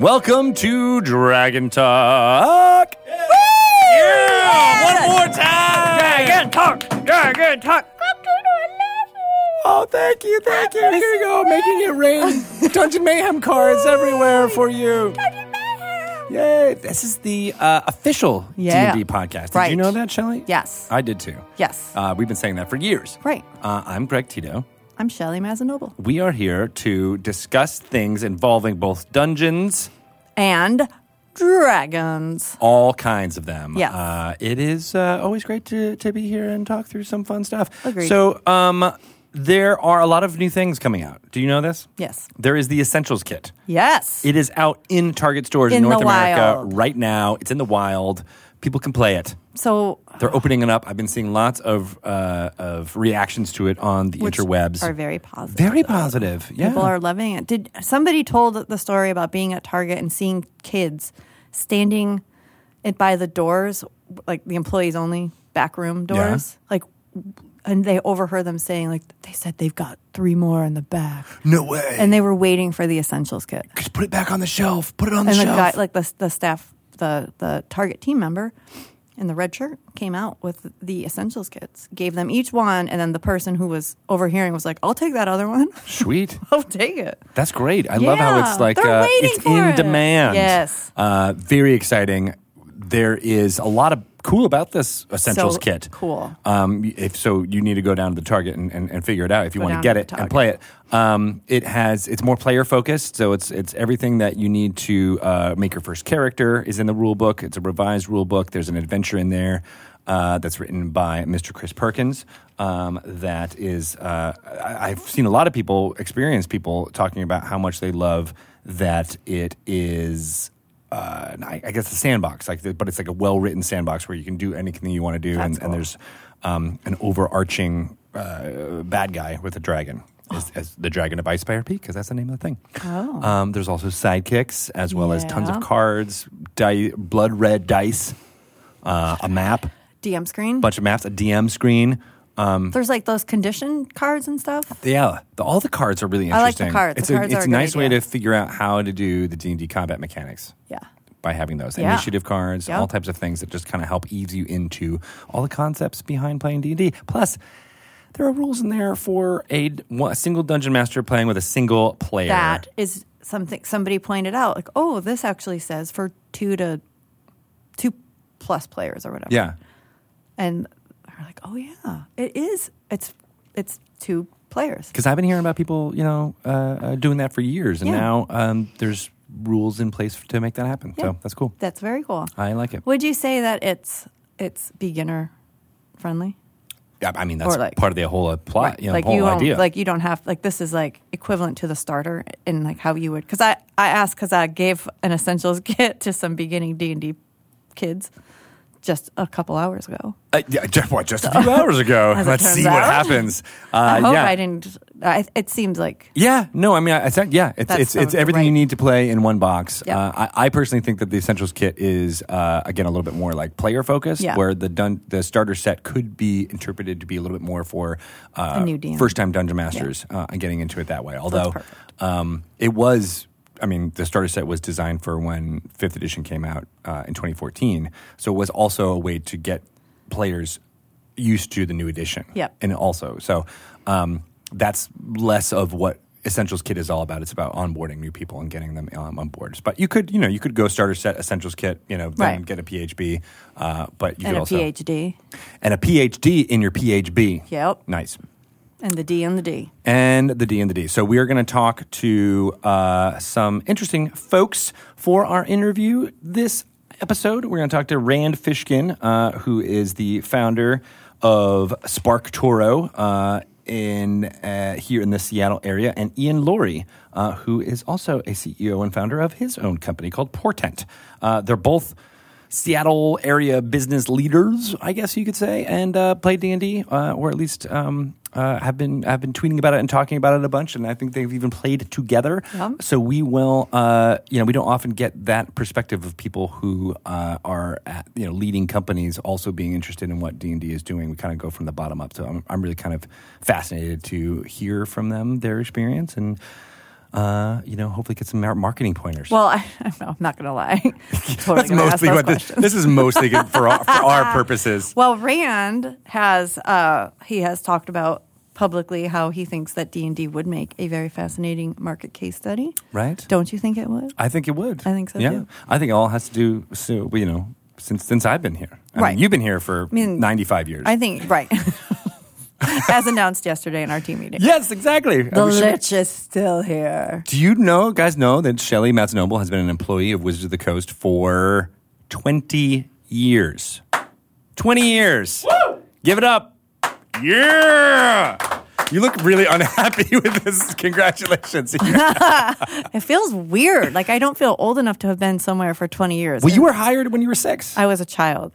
Welcome to Dragon Talk. Yeah. One more time. Dragon Talk. Dragon Talk. Oh, thank you, thank you. Here you go, making it rain. Dungeon Mayhem cards everywhere for you. Yay! This is the uh, official Yeah. D&D podcast. Did you Right. know that, Shelley? Yes. I did too. Yes. Uh, we've been saying that for years. Right. Uh, I'm Greg Tito. I'm Shelly Mazanoble. We are here to discuss things involving both dungeons, And dragons. all kinds of them. Yes. Uh, it is uh, always great to, to be here and talk through some fun stuff. Agreed. So, um, there are a lot of new things coming out. Do you know this? Yes. There is the Essentials Kit. Yes. It is out in Target stores in In the North America wild. right now. It's in the wild. People can play it. so They're opening it up. I've been seeing lots of uh, of reactions to it on the which interwebs. are very positive. Very positive. Yeah. People are loving it. Did somebody told the story about being at Target and seeing kids standing it by the doors, like the employees only back room Yeah. doors, like, and they overheard them saying, like, they said they've got three more in the back, no way. and they were waiting for the essentials kit. Just put it back on the shelf. Put it on the and the shelf. guy, like the the staff, the the Target team member in the red shirt came out with the essentials kits, gave them each one, and then the person who was overhearing was like, "I'll take that other one. Sweet. I'll take it." That's great. I love how Yeah, it's like they're uh, waiting it's for in it. demand. Yes. Uh, very exciting. There is a lot of cool about this essentials So kit. cool. Um, if so, you need to go down to the Target and, and, and figure it out if you Go want to down get to it the and Target. play it. Um, it has it's more player focused, so it's it's everything that you need to uh, make your first character is in the rule book. It's a revised rule book. There's an adventure in there. Uh, that's written by Mr. Chris Perkins. Um, that is, uh, I, I've seen a lot of people, experienced people, talking about how much they love that it is uh, and I, I guess a sandbox, like, the, but it's like a well-written sandbox where you can do anything you want to do, and, and there's um, an overarching uh, bad guy with a dragon, as, Oh. as the dragon of Icepire Peak, because that's the name of the thing. Oh. Um, there's also sidekicks, as well as tons of Yeah. cards, di- blood red dice, uh, a map, DM screen. bunch of maps, a DM screen. There's like those condition cards and stuff. Yeah, the, all the cards are really I like the interesting. cards. The It's cards a, are it's a a good nice way idea. to figure out how to do the D and D combat mechanics. Yeah. by having those Yeah. initiative cards, Yep. all types of things that just kind of help ease you into all the concepts behind playing D and D. Plus, there are rules in there for a, d- one- a single dungeon master playing with a single player. That is something somebody pointed out. Like, oh, this actually says for two to two plus players or whatever. yeah, And we're like, oh yeah, it is. It's it's two players. because I've been hearing about people, you know, uh, uh, doing that for years, and Yeah. now um, there's rules in place to make that happen. Yeah. So that's cool. That's very cool. I like it. Would you say that it's it's beginner friendly? Yeah, I mean, that's Or like- part of the whole uh, plot, you know, like the whole you don't idea. like you don't have like this is like equivalent to the starter in like how you would because I I asked because I gave an essentials kit to some beginning D and D kids just a couple hours ago. Uh, yeah, just, what, just a few hours ago. As it Let's turns see what out. happens. Uh, I hope yeah. I didn't. I, it seems like Yeah, no, I mean, I, I said, yeah, it's That's it's, the- it's everything you right. need to play in one box. Yep. Uh, I, I personally think that the essentials kit is uh, again a little bit more like player focused, Yeah. where the dun- the starter set could be interpreted to be a little bit more for uh, A new DM. first time dungeon masters uh, and getting into it that way. Although perfect. um, it was. I mean, the starter set was designed for when fifth edition came out uh, in 2014, so it was also a way to get players used to the new edition Yep. and also so um, that's less of what essentials kit is all about it's about onboarding new people and getting them um, on board but you could you know you could go starter set essentials kit you know then Right. get a phb uh, but you and could a also PhD and a phd in your phb Yep. nice and the D and the D. and the D and the D. So we are going to talk to uh, some interesting folks for our interview this episode. We're going to talk to Rand Fishkin, uh, who is the founder of Spark Toro uh, in uh, here in the Seattle area, and Ian Laurie, uh, who is also a CEO and founder of his own company called Portent. Uh, they're both. Seattle area business leaders, I guess you could say, and uh, play D and D, or at least um, uh, have been have been tweeting about it and talking about it a bunch. And I think they've even played together. Yum. So we will, uh, you know, we don't often get that perspective of people who uh, are at, you know leading companies also being interested in what D and D is doing. We kind of go from the bottom up. So I'm I'm really kind of fascinated to hear from them their experience and. uh, you know, hopefully get some mar- marketing pointers. Well, I, I don't know, I'm not going to lie. Totally That's gonna ask mostly those what this, questions. this is mostly good for our, for our purposes. Well, Rand has uh, he has talked about publicly how he thinks that D and D would make a very fascinating market case study. Right. Don't you think it would? I think it would. I think so, Yeah, too. I think it all has to do. So you know, since since I've been here, I mean, Right. you've been here for mean, ninety five years. I think right. As announced yesterday in our team meeting. yes, exactly. The We should- lich is still here. do you know, guys? Know that Shelley Matsunoble has been an employee of Wizards of the Coast for twenty years. Twenty years. Woo! Give it up. Yeah. You look really unhappy with this. Congratulations. It feels weird. Like I don't feel old enough to have been somewhere for 20 years. well, you were hired when you were six. I was a child.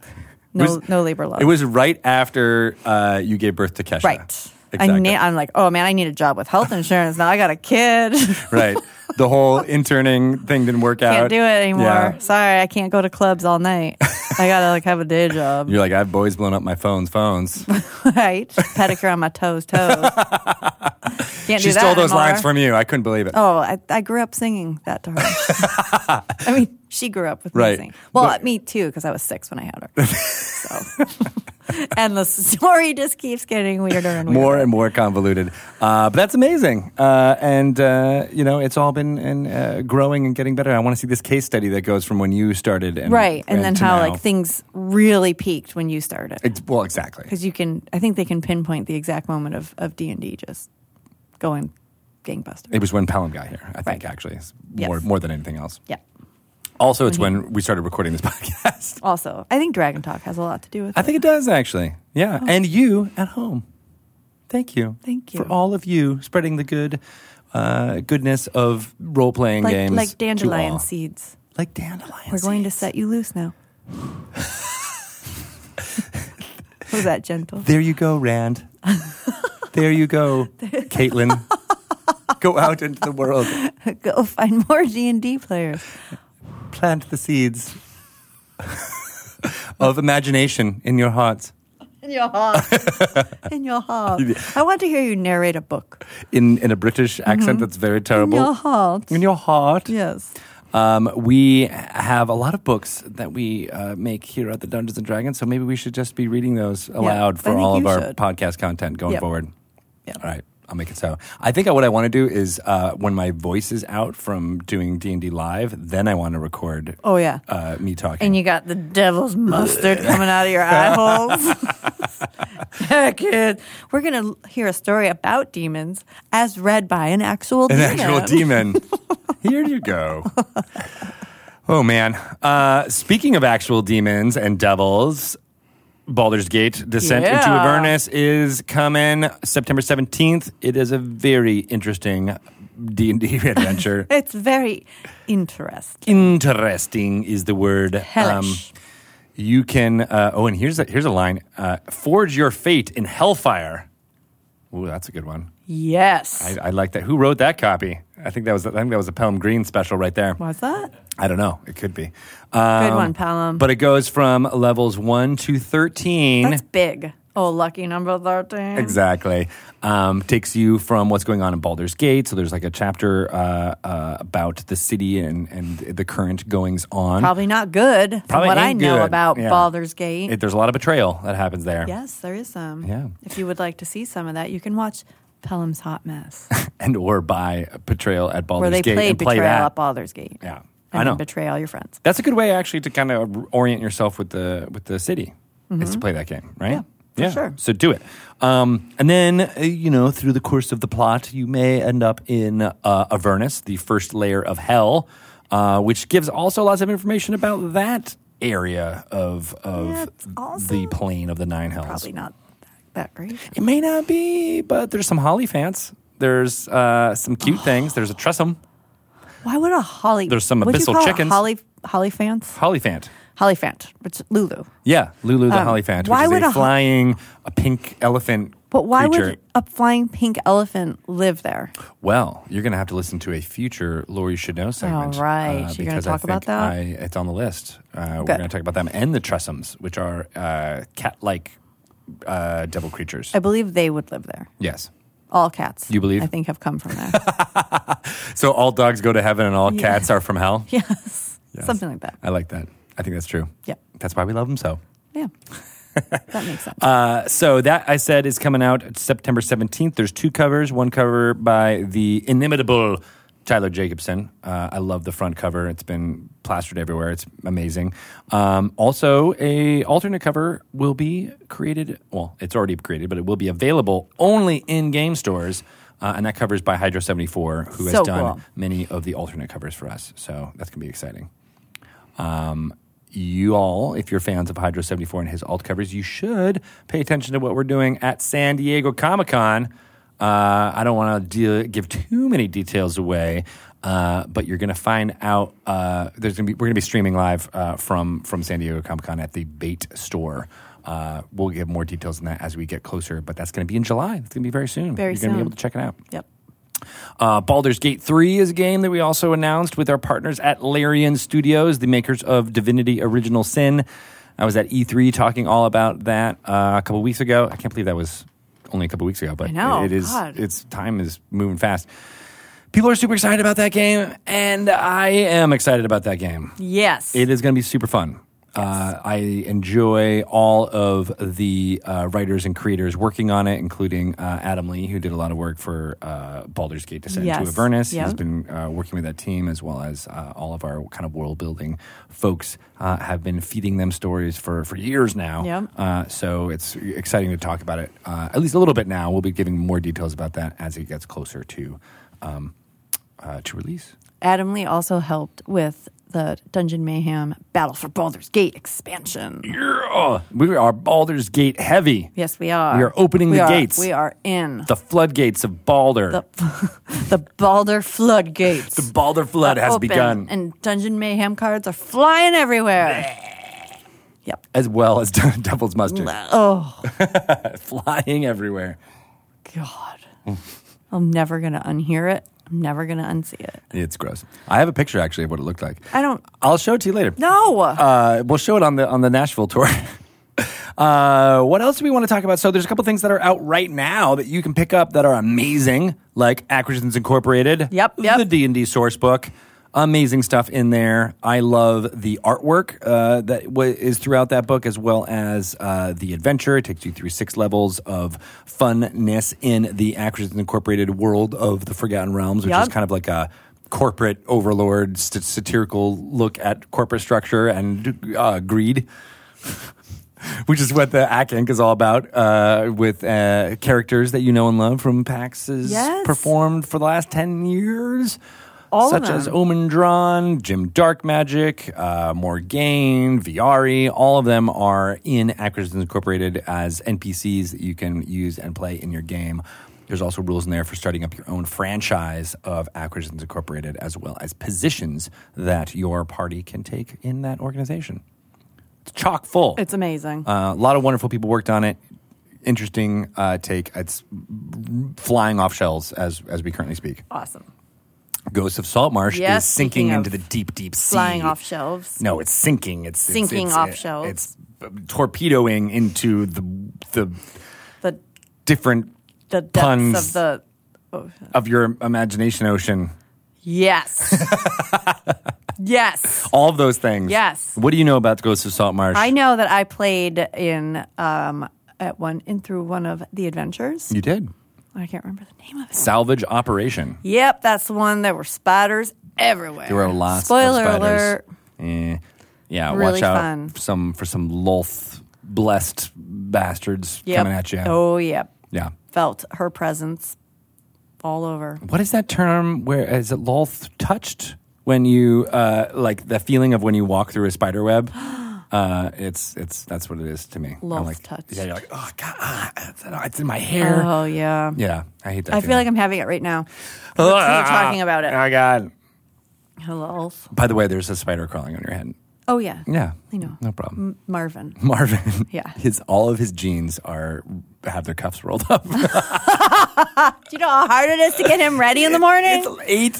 No, was- no labor law. It was right after uh, you gave birth to Kesha. right. I Exactly. na- I'm like, oh man, I need a job with health insurance now. I got a kid. right. The whole interning thing didn't work out. can't do it anymore. Yeah. Sorry, I can't go to clubs all night. I gotta like have a day job, You're like, I've boys blown up my phones, phones. right? Pedicure on my toes, toes. Can't She do that stole those anymore. lines from you. I couldn't believe it. Oh, I, I grew up singing that to her. I mean, she grew up with Right. me singing. Well, But- me too, because I was six when I had her. so. and the story just keeps getting weirder and weirder. More and more convoluted. Uh, but that's amazing. Uh, and, uh, you know, it's all been and, uh, growing and getting better. I want to see this case study that goes from when you started. And, right, and, then to how now. like things really peaked when you started. It's- well, exactly. because you can i think they can pinpoint the exact moment of of d&d just going gangbuster It was when Pelham got here, I think, Right. actually, It's Yes. Mm-hmm. more, more than anything else. yeah Also, it's when we started recording this podcast. also i think dragon talk has a lot to do with I it think it does actually. Yeah. And you at home. Thank you. Oh. Thank For you. all of you spreading the good uh, goodness of role playing like, games. like to dandelion all. seeds Like dandelion we're going to seeds. set you loose now was that gentle There you go, Rand. there you go, Caitlin. go out into the world. go find more d&d players Plant the seeds of imagination in your hearts. in your heart in your heart i want to hear you narrate a book In in a British accent that's very Mm-hmm. in terrible. your heart In your heart. yes Um, we have a lot of books that we uh, make here at the Dungeons and Dragons, so maybe we should just be reading those aloud I for think all of you our should. podcast content going Yep. forward. Yep. All right, I'll make it so. I think what I want to do is uh, when my voice is out from doing D and D live, then I want to record oh yeah uh, me talking. and you got the devil's mustard coming out of your eye holes. yeah, kid. We're going to hear a story about demons as read by an actual an demon. actual demon. Here you go. Oh man! Uh, speaking of actual demons and devils, Baldur's Gate: Descent into Yeah. Avernus is coming September seventeenth. It is a very interesting D and D adventure. It's very interesting. interesting is the word. Um, Hellish. you can. Uh, oh, and here's a, here's a line: uh, Forge your fate in hellfire. Ooh, that's a good one. yes. I, I like that. Who wrote that copy? I think that was I think that was a Pelham Green special right there. was that? I don't know. It could be. Good Um, one, Pelham. But it goes from levels one to thirteen. That's big. Oh, lucky number 13. Exactly. Um, takes you from what's going on in Baldur's Gate. So there's like a chapter uh, uh, about the city and, and the current goings on. Probably not good from Probably what I ain't know good. about Yeah. Baldur's Gate. It- there's a lot of betrayal that happens there. yes, there is some. Yeah. If you would like to see some of that, you can watch Pelham's Hot Mess, And or by betrayal at Baldur's where they Gate played and play Betrayal that. at Baldur's Gate. Yeah. And I know. then betray all your friends. That's a good way actually to kind of orient yourself with the with the city is to play that game, right? Yeah. Mm-hmm. for sure. So do it. Um, and then, uh, you know, through the course of the plot, you may end up in uh, Avernus, the first layer of hell, uh, which gives also lots of information about that area of, Yeah, of it's also the plane of the Nine Hells. Probably not that- that great. It may not be, but there's some Hollyfants. There's uh, some cute things. There's a Tressum. Why would a holly? There's some would you abyssal call it chickens. Holly hollyfants, Hollyfant. hollyfant. It's Lulu. Yeah, Lulu the Um, Hollyphant, why which would is a a ho- flying, a pink elephant. But why creature. would a flying pink elephant live there? Well, you're going to have to listen to a future Laurie Chadeau segment. uh, All right. You're gonna because I talk about think that? I, it's on the list. Uh, we're Good. going to talk about them and the Tressums, which are uh, cat-like uh, devil Oh. creatures. I believe they would live there. yes. All cats. You believe? I think have come from there. So all dogs go to heaven and all cats are from hell. Yes. Something like that. I like that. I think that's true. Yeah. That's why we love them so. Yeah. that makes sense. Uh, so that I said is coming out September 17th. There's two covers. One cover by the inimitable Tyler Jacobson. Uh, I love the front cover. It's been plastered everywhere. It's amazing. Um, also, a alternate cover will be created. Well, it's already created, but it will be available only in game stores. Uh, and that covers by Hydro 74, who has So done cool. many of the alternate covers for us. So that's going to be exciting you all, if you're fans of Hydro 74 and his alt covers, you should pay attention to what we're doing at San Diego Comic Con. Uh, I don't want to de- give too many details away, uh, but you're going to find out. Uh, there's gonna be, we're going to be streaming live uh, from from San Diego Comic Con at the Bait Store. Uh, we'll give more details on that as we get closer, but that's going to be in July. It's going to be very soon. Very you're to be soon. able to check it out. yep. Uh, Baldur's Gate 3 is a game that we also announced with our partners at Larian Studios, the makers of Divinity Original Sin. I was at E3 talking all about that uh, a couple weeks ago. I can't believe that was only a couple weeks ago, but I know, it is God. it's time is moving fast. People are super excited about that game, and I am excited about that game. Yes. It is going to be super fun. Uh, I enjoy all of the uh, writers and creators working on it, including uh, Adam Lee, who did a lot of work for uh, Baldur's Gate Descent Yes. to Avernus. He's Yep. been uh, working with that team, as well as uh, all of our kind of world building folks uh, have been feeding them stories for, for years now. Yep. Uh, so it's exciting to talk about it, uh, at least a little bit now. We'll be giving more details about that as it gets closer to, um, uh, to release. Adam Lee also helped with the Dungeon Mayhem Battle for Baldur's Gate expansion. Yeah. We are Baldur's Gate heavy. Yes, we are. We are opening We the are- gates. We are in The floodgates of Balder. The, the Baldur floodgates. Balder flood has open, begun, And Dungeon Mayhem cards are flying everywhere. yep. as well as Devil's Mustard Oh, flying everywhere. God. I'm never going to unhear it. I'm never going to unsee it. It's gross. I have a picture actually of what it looked like. I don't. I'll show it to you later. No. Uh, we'll show it on the on the Nashville tour. Uh, what else do we want to talk about? So there's a couple things that are out right now that you can pick up that are amazing, like Acquisitions Incorporated. Yep, yep. The D and D source book, amazing stuff in there. I love the artwork uh, that w- is throughout that book, as well as uh, the adventure. It takes you through six levels of funness in the Acquisitions Incorporated world of the Forgotten Realms, which Yep. is kind of like a corporate overlord st- satirical look at corporate structure and uh, greed which is what the Ack Inc. is all about, uh, with uh, characters that you know and love from PAX has Yes. performed for the last 10 years. All of such them. as Omendron, Jim Dark Magic, uh, Morgaine, Viari, all of them are in Acquisitions Incorporated as NPCs that you can use and play in your game. There's also rules in there for starting up your own franchise of Acquisitions Incorporated, as well as positions that your party can take in that organization. It's chock full. it's amazing. Uh, a lot of wonderful people worked on it. Interesting uh, take. It's flying off shelves as as we currently speak. awesome. Ghost of Saltmarsh Yes, is sinking speaking of into the deep, deep sea. Flying off shelves. No, it's sinking. It's it's- Sinking it's- off it's- shelves. It's b- torpedoing into the the The, different the depths puns of the. Oh, of your imagination ocean. yes. yes. All of those things. Yes. What do you know about Ghost of Saltmarsh? I know that I played in um, at one in through one of the adventures. you did I can't remember the name of it. salvage operation. Yep, that's the one. There were spiders everywhere. There were lots Spoiler of spiders. alert. Eh. Yeah, watch Really out fun. for some for some loth blessed bastards Yep. coming at you. Oh, yep. Yeah. Felt her presence all over. What is that term where is it loth touched when you uh, like the feeling of when you walk through a spider web? Uh, it's it's that's what it is to me. I'm Loth like- touched. Yeah, you're like, oh god, ah, it's, it's in my hair. Oh yeah. yeah, I hate that. I feel like I'm having it right now. We're talking about it. Oh god. Hello. By the way, there's a spider crawling on your head. Oh yeah. Yeah, I know. No problem. M- Marvin. Marvin. Yeah. His all of his jeans are have their cuffs rolled up. Do you know how hard it is to get him ready in the morning? It's eight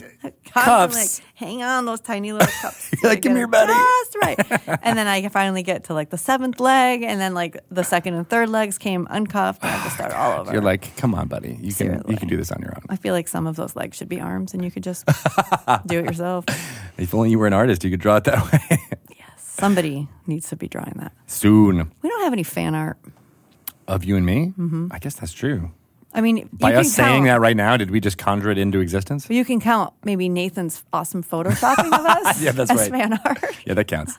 constantly Cuffs. like, hang on those tiny little cups. You're like, till "Give I me get your it buddy." Just right. and then I finally get to like the seventh leg, and then like the second and third legs came uncuffed, and I had to start all over. You're like, come on, buddy. You can you Seriously. can do this on your own. I feel like some of those legs should be arms, and you could just do it yourself. If only you were an artist, you could draw it that way. Somebody needs to be drawing that. Soon, We don't have any fan art. of you and me. I guess that's true. I mean, By Mm-hmm. you us can saying count- that right now, did we just conjure it into existence? You can count maybe Nathan's awesome photoshopping of us Yeah, that's as right. fan art. Yeah, that counts.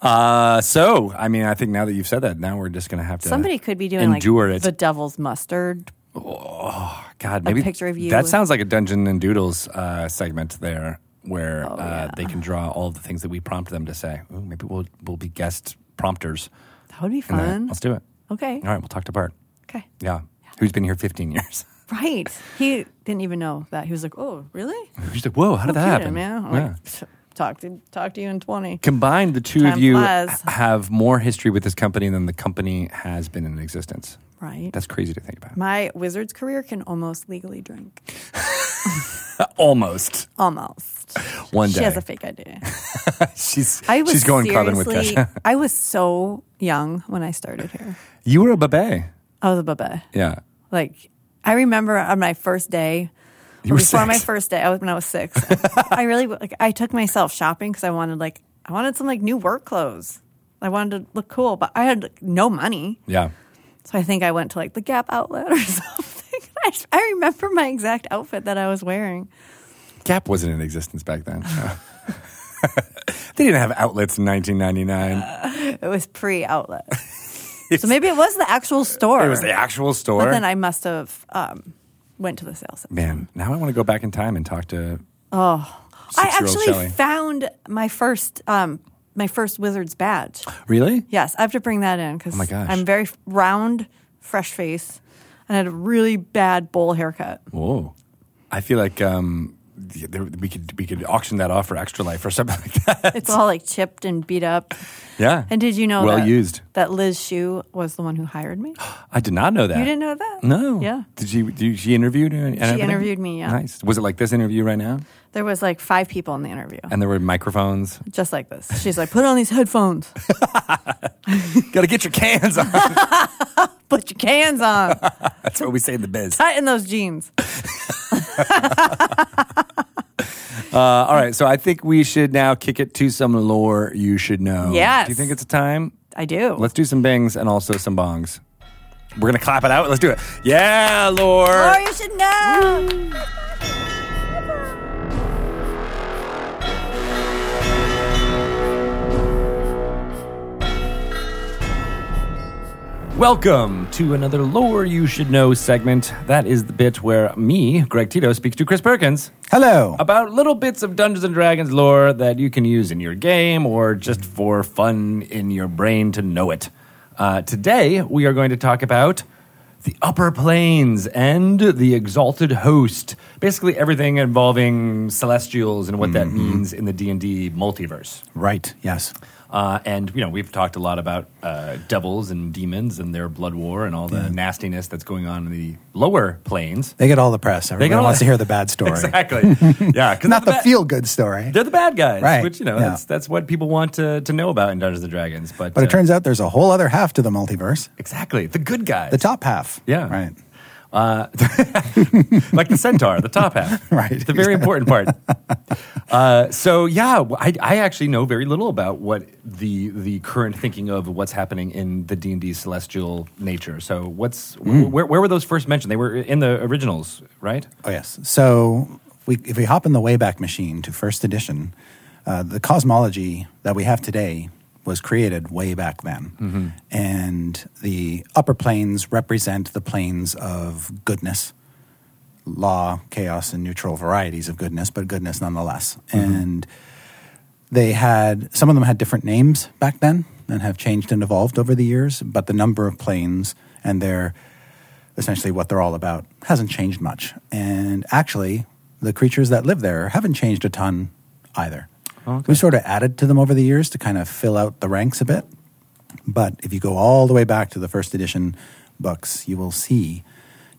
Uh, so, I mean, I think now that you've said that, now we're just going to have to Somebody could be doing endure like it. the devil's mustard. God, maybe picture of you That with- sounds like a Dungeon and Doodles uh, segment there, where uh, Oh, yeah. they can draw all of the things that we prompt them to say. Ooh, maybe we'll we'll be guest prompters. That would be in that. fun. Let's do it. Okay. All right, we'll talk to Bart. Okay. Yeah, who's been here 15 years? Right. He didn't even know that. He was like, "Oh, really? He's like, whoa, how did Well, that cute, happen? Man. I'm Yeah. Like, "Pff, talk to talk to you in 20. Combined, the two of Time you flies. have more history with this company than the company has been in existence. Right. That's crazy to think about. My wizard's career can almost legally drink. Almost Almost. one day. She has a fake idea. she's I was she's going clubbing with seriously- Kesha. I was so young when I started here. You were a babe. I was a bebe. Yeah. Like I remember on my first day, You or were before my six. first day, I was when I was six. I really like. I took myself shopping because I wanted like I wanted some like new work clothes. I wanted to look cool, but I had like, no money, Yeah. so I think I went to like the Gap outlet or something. I, just- I remember my exact outfit that I was wearing. Gap wasn't in existence back then. No. they didn't have outlets in 1999. It was pre outlet, so maybe it was the actual store. it was the actual store. But then I must have um, went to the sales. Man, now I want to go back in time and talk to. Oh, I Six-year-old actually Shelley. found my first um, my first wizard's badge. Really? Yes, I have to bring that in because Oh my gosh. I'm very f- round, fresh face, and I had a really bad bowl haircut. Whoa. I feel like um, th- there- we could we could auction that off for extra life or something like that. It's all like chipped and beat up. yeah. And did you know Well that, used. that Liz Shu was the one who hired me? I did not know that. You didn't know that? No. Yeah. Did she? Did she interview? She interviewed me, yeah. Nice. Was it like this interview right now? There was like five people in the interview, And there were microphones. just like this. She's like, "Put on these headphones, Got to get your cans on. put your cans on, That's what we say in the biz. tighten those jeans." Uh, all right, so I think we should now kick it to some lore you should know. Yes. Do you think it's a time? I do. Let's do some bings and also some bongs. We're gonna clap it out. Let's do it. Yeah, lore. or Oh, you should know. Welcome to another lore you should know segment. That is the bit where me, Greg Tito, speaks to Chris Perkins Hello. about little bits of Dungeons and Dragons lore that you can use in your game or just for fun in your brain to know it. Uh, today, we are going to talk about the Upper Planes and the Exalted Host. Basically, everything involving Celestials and what that means in the D and D multiverse. Right. Yes. Uh, and you know we've talked a lot about uh, devils and demons and their blood war and all the nastiness that's going on in the lower planes. They get all the press. Everyone all wants the- to hear the bad story. Exactly. yeah, because Not the feel good story. They're the bad guys, Right, Which you know yeah. that's that's what people want to, to know about in Dungeons and Dragons. But But uh, it turns out there's a whole other half to the multiverse. exactly the good guys, The top half. Yeah. Right. like the centaur, the top half, Right. The very important part. Uh, so yeah, w- I, I actually know very little about what the the current thinking of what's happening in the D and D celestial nature. So what's Hmm. wh- where, where were those first mentioned? They were in the originals, right? Oh yes. So we, if we hop in the Wayback Machine to first edition, uh, the cosmology that we have today was created way back then, and the upper planes represent the planes of goodness, law, chaos, and neutral varieties of goodness, but goodness nonetheless. And they had some of them had different names back then and have changed and evolved over the years, but the number of planes and their essentially what they're all about hasn't changed much. And actually, the creatures that live there haven't changed a ton either. We sort of added to them over the years to kind of fill out the ranks a bit. But if you go all the way back to the first edition books, you will see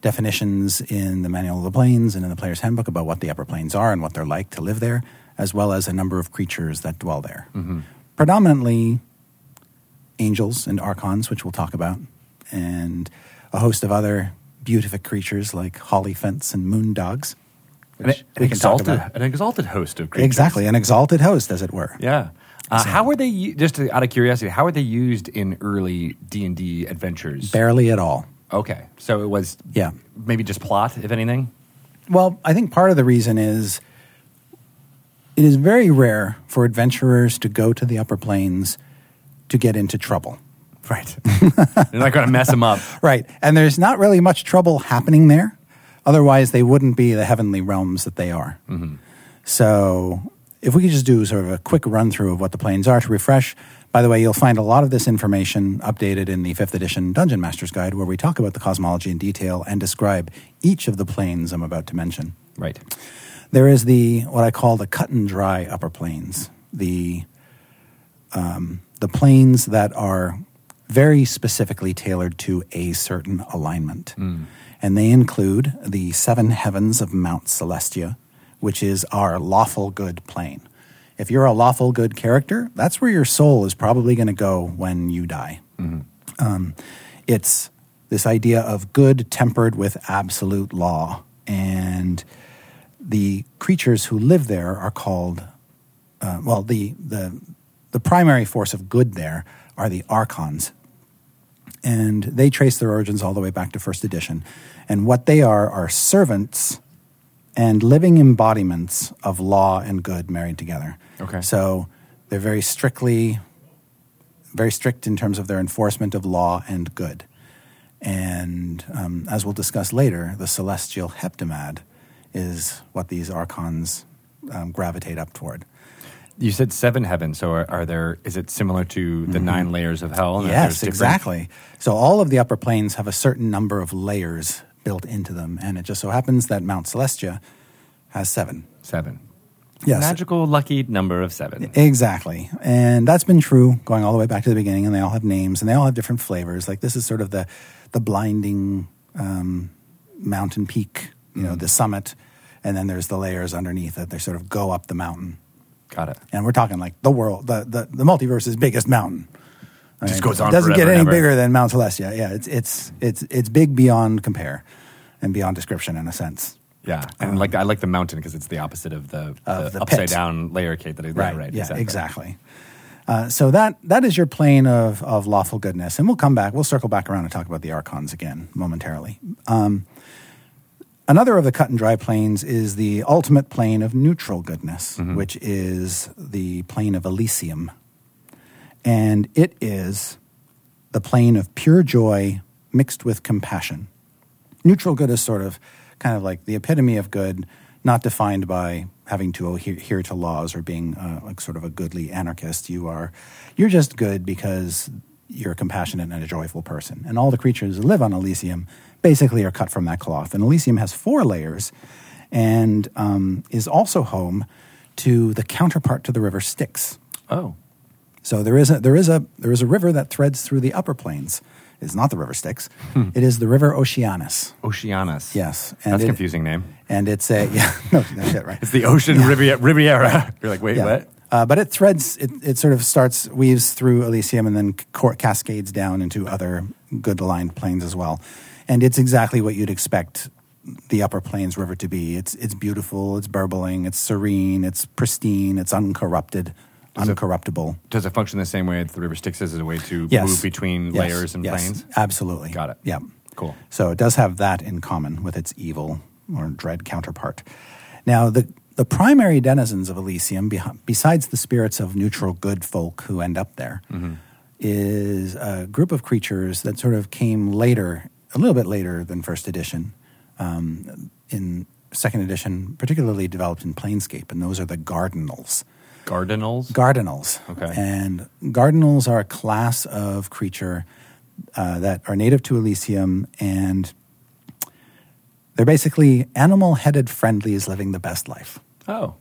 definitions in the Manual of the Plains and in the Player's Handbook about what the upper plains are and what they're like to live there, as well as a number of creatures that dwell there. Mm-hmm. Predominantly angels and archons, which we'll talk about, and a host of other beautific creatures like holly fence and moon dogs. An, which an we can talk exalted, about. an exalted host of creatures. Exactly, an exalted host, as it were. Yeah. Uh, how were they? u- Just out of curiosity, how were they used in early D and D adventures? Barely at all. okay, so it was Yeah. maybe just plot, if anything. Well, I think part of the reason is it is very rare for adventurers to go to the upper plains to get into trouble. Right. They're not going to mess them up. Right. And there's not really much trouble happening there. Otherwise, they wouldn't be the heavenly realms that they are. So, if we could just do sort of a quick run through of what the planes are to refresh, by the way, you'll find a lot of this information updated in the fifth edition Dungeon Master's Guide, where we talk about the cosmology in detail and describe each of the planes I'm about to mention. Right. There is the what I call the cut and dry upper plains, the um, the plains that are very specifically tailored to a certain alignment, and they include the seven heavens of Mount Celestia, which is our lawful good plane. If you're a lawful good character, that's where your soul is probably going to go when you die. Um, it's this idea of good tempered with absolute law. And the creatures who live there are called, uh, well, the, the, the primary force of good there are the archons. And they trace their origins all the way back to first edition. And what they are are servants and living embodiments of law and good married together. Okay. So they're very strictly very strict in terms of their enforcement of law and good. And um, as we'll discuss later, the celestial heptamad is what these archons um, gravitate up toward. You said seven heavens. So are, are there? Is it similar to the nine layers of hell? and that Uh, there's Mm-hmm. yes, different- exactly. So all of the upper planes have a certain number of layers built into them, and it just so happens that Mount Celestia has seven. Seven. Yes, Magical lucky number of seven. Exactly. And that's been true going all the way back to the beginning, and they all have names and they all have different flavors. Like this is sort of the, the blinding um, mountain peak, you know, the summit. And then there's the layers underneath that they sort of go up the mountain. Got it. And we're talking like the world, the, the, the multiverse's biggest mountain. I Just mean, goes on It doesn't forever get and any ever. bigger than Mount Celestia. Yeah, it's, it's, it's, it's big beyond compare and beyond description in a sense. Yeah, and like I like the mountain because it's the opposite of the, Um, Of the the upside pit. down layer cake that I Right. yeah, right yeah. Exactly. exactly. Uh, so that that is your plane of of lawful goodness, and we'll come back. We'll circle back around and talk about the archons again momentarily. Um, another of the cut and dry planes is the ultimate plane of neutral goodness, which is the plane of Elysium, and it is the plane of pure joy mixed with compassion. Neutral good is sort of kind of like the epitome of good, not defined by having to adhe- adhere to laws or being uh, like sort of a goodly anarchist. You are, you're just good because you're a compassionate and a joyful person. And all the creatures that live on Elysium basically are cut from that cloth. And Elysium has four layers, and um, is also home to the counterpart to the river Styx. Oh, So there is a there is a there is a river that threads through the upper plains. It's not the river Styx. It is the river Oceanus. Oceanus. Yes, and that's it- confusing name. And it's a yeah no, no shit right. It's the Ocean Riviera. Riviera. You're like, wait, Yeah. what? Uh, but it threads it, it sort of starts weaves through Elysium and then cor- cascades down into other good aligned plains as well. And it's exactly what you'd expect the upper plains river to be. It's it's beautiful. It's burbling. It's serene. It's pristine. It's uncorrupted, uncorruptible. Does it function the same way that the River Styx is as a way to Yes. move between Yes. layers and Yes. planes? Absolutely. Got it. Yeah. Cool. So it does have that in common with its evil or dread counterpart. Now, the, the primary denizens of Elysium, beh- besides the spirits of neutral good folk who end up there, is a group of creatures that sort of came later, a little bit later than first edition, um, in second edition, particularly developed in Planescape, and those are the Gardenals. Cardinals. Gardenals. Okay. And gardenals are a class of creature uh, that are native to Elysium, and they're basically animal-headed friendlies living the best life. oh,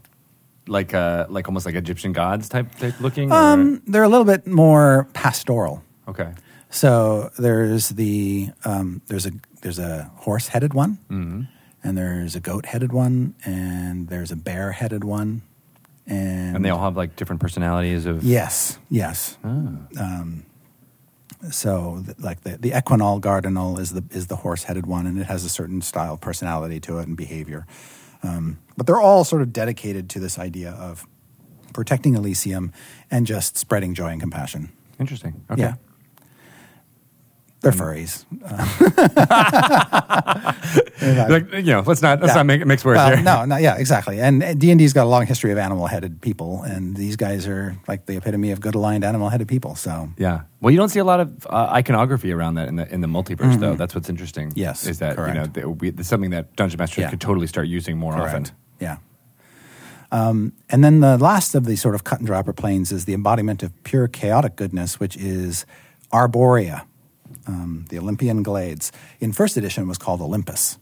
like uh, like almost like Egyptian gods type type looking. or- Um, they're a little bit more pastoral. okay. So there's the um, there's a there's a horse headed one, Mm-hmm. and there's a goat headed one, and there's a bear headed one, and And they all have like different personalities of yes yes. Ah. Um, so th- like the, the equinol gardinal is the is the horse headed one, and it has a certain style of personality to it and behavior. Um, but they're all sort of dedicated to this idea of protecting Elysium and just spreading joy and compassion. interesting. Okay. Mm. Yeah. They're furries. Uh, Like you know, let's not let's Yeah. not make mix words Well, here. No, no, yeah, exactly. And D and D's got a long history of animal-headed people, and these guys are like the epitome of good-aligned animal-headed people. So Yeah. Well, you don't see a lot of uh, iconography around that in the in the multiverse, though. That's what's interesting. Mm-hmm. Yes, is that you correct. know that would be- it's something that dungeon masters Yeah. could totally start using more often. Yeah. Um, and then the last of the sort of cut and dry upper planes is the embodiment of pure chaotic goodness, which is Arborea, um, the Olympian glades. In first edition, it was called Olympus.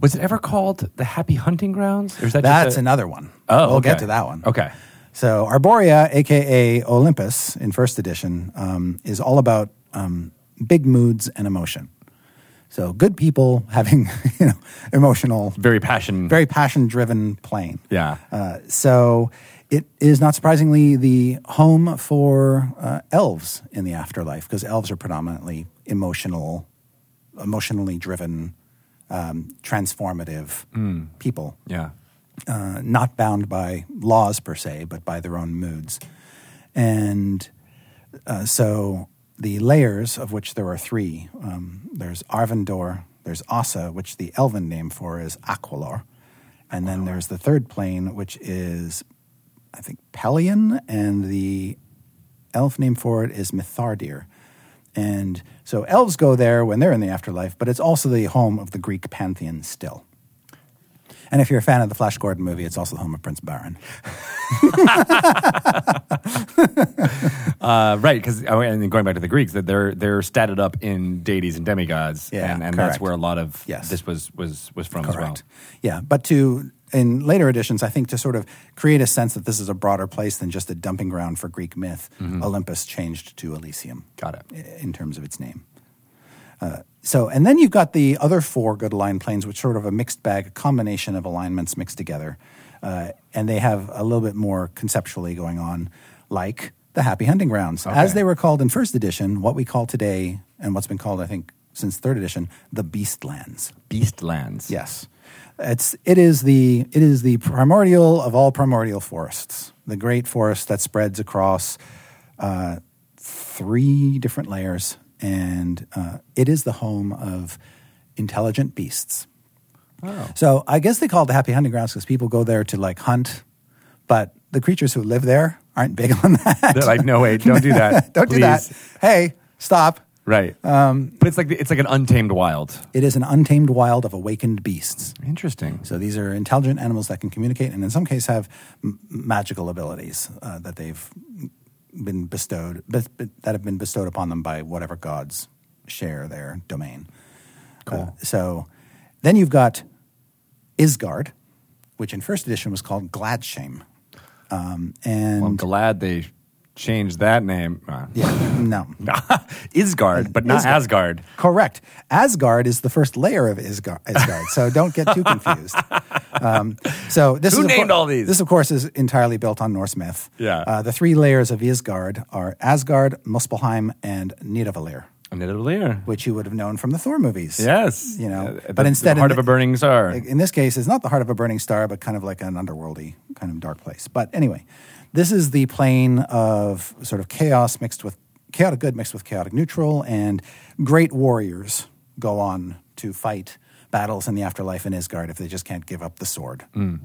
Was it ever called the Happy Hunting Grounds? Or is that That's just a- another one. Oh, we'll okay. get to that one. Okay. So Arborea, aka Olympus, in first edition, um, is all about um, big moods and emotion. So good people having you know emotional, very passion. very passion-driven plane. Mm. Yeah. Uh, so it is not surprisingly the home for uh, elves in the afterlife because elves are predominantly emotional, emotionally driven, um, transformative people yeah. uh, not bound by laws per se, but by their own moods. And uh, so the layers, of which there are three, um, there's Arvindor, there's Asa, which the elven name for is Aqualor, and then there's the third plane, which is, I think, Pelion, and the elf name for it is Mithardir. And so elves go there when they're in the afterlife, but it's also the home of the Greek pantheon still. And if you're a fan of the Flash Gordon movie, it's also the home of Prince Baron. Uh, right, because and then going back to the Greeks, that they're they're statted up in deities and demigods, Yeah, and, and correct. that's where a lot of Yes. this was was was from as Yeah, but to in later editions, I think to sort of create a sense that this is a broader place than just a dumping ground for Greek myth, Olympus changed to Elysium. Mm-hmm. Got it. i- In terms of its name. Uh, so, and then you've got the other four good aligned planes, which sort of a mixed bag, a combination of alignments mixed together, uh, and they have a little bit more conceptually going on, like the Happy Hunting Grounds, as Okay. they were called in first edition. What we call today, and what's been called, I think, since third edition, the Beastlands. well. Beastlands. Yes, it's it is the it is the primordial of all primordial forests, the great forest that spreads across uh, three different layers, and uh, it is the home of intelligent beasts. Oh. So I guess they call it the happy hunting grounds because people go there to like hunt, but the creatures who live there aren't big on that. They're like, no, wait, don't do that. Don't do that. Um, please." Hey, stop. Right. but it's like it's like an untamed wild. It is an untamed wild of awakened beasts. Interesting. So these are intelligent animals that can communicate and in some cases have m- magical abilities uh, that they've been bestowed be- be- that have been bestowed upon them by whatever gods share their domain. Cool. so then you've got Isgard, which in first edition was called Gladshame. Um, and I'm glad they changed that name. Uh, yeah, no. Isgard, but not Isgard. Asgard. Correct. Asgard is the first layer of Isgard, Asgard so don't get too confused. Um, so this Who is of named cour- all these? This, of course, is entirely built on Norse myth. Yeah. Uh, the three layers of Isgard are Asgard, Muspelheim, and Nidavellir, Another layer. which you would have known from the Thor movies. Yes. You know, Uh, but the- the instead in heart the- of a burning star. Like, in this case, it's not the heart of a burning star, but kind of like an underworldy kind of dark place. But anyway, this is the plane of sort of chaos mixed with chaotic good mixed with chaotic neutral, and great warriors go on to fight battles in the afterlife in Isgard if they just can't give up the sword. Hmm.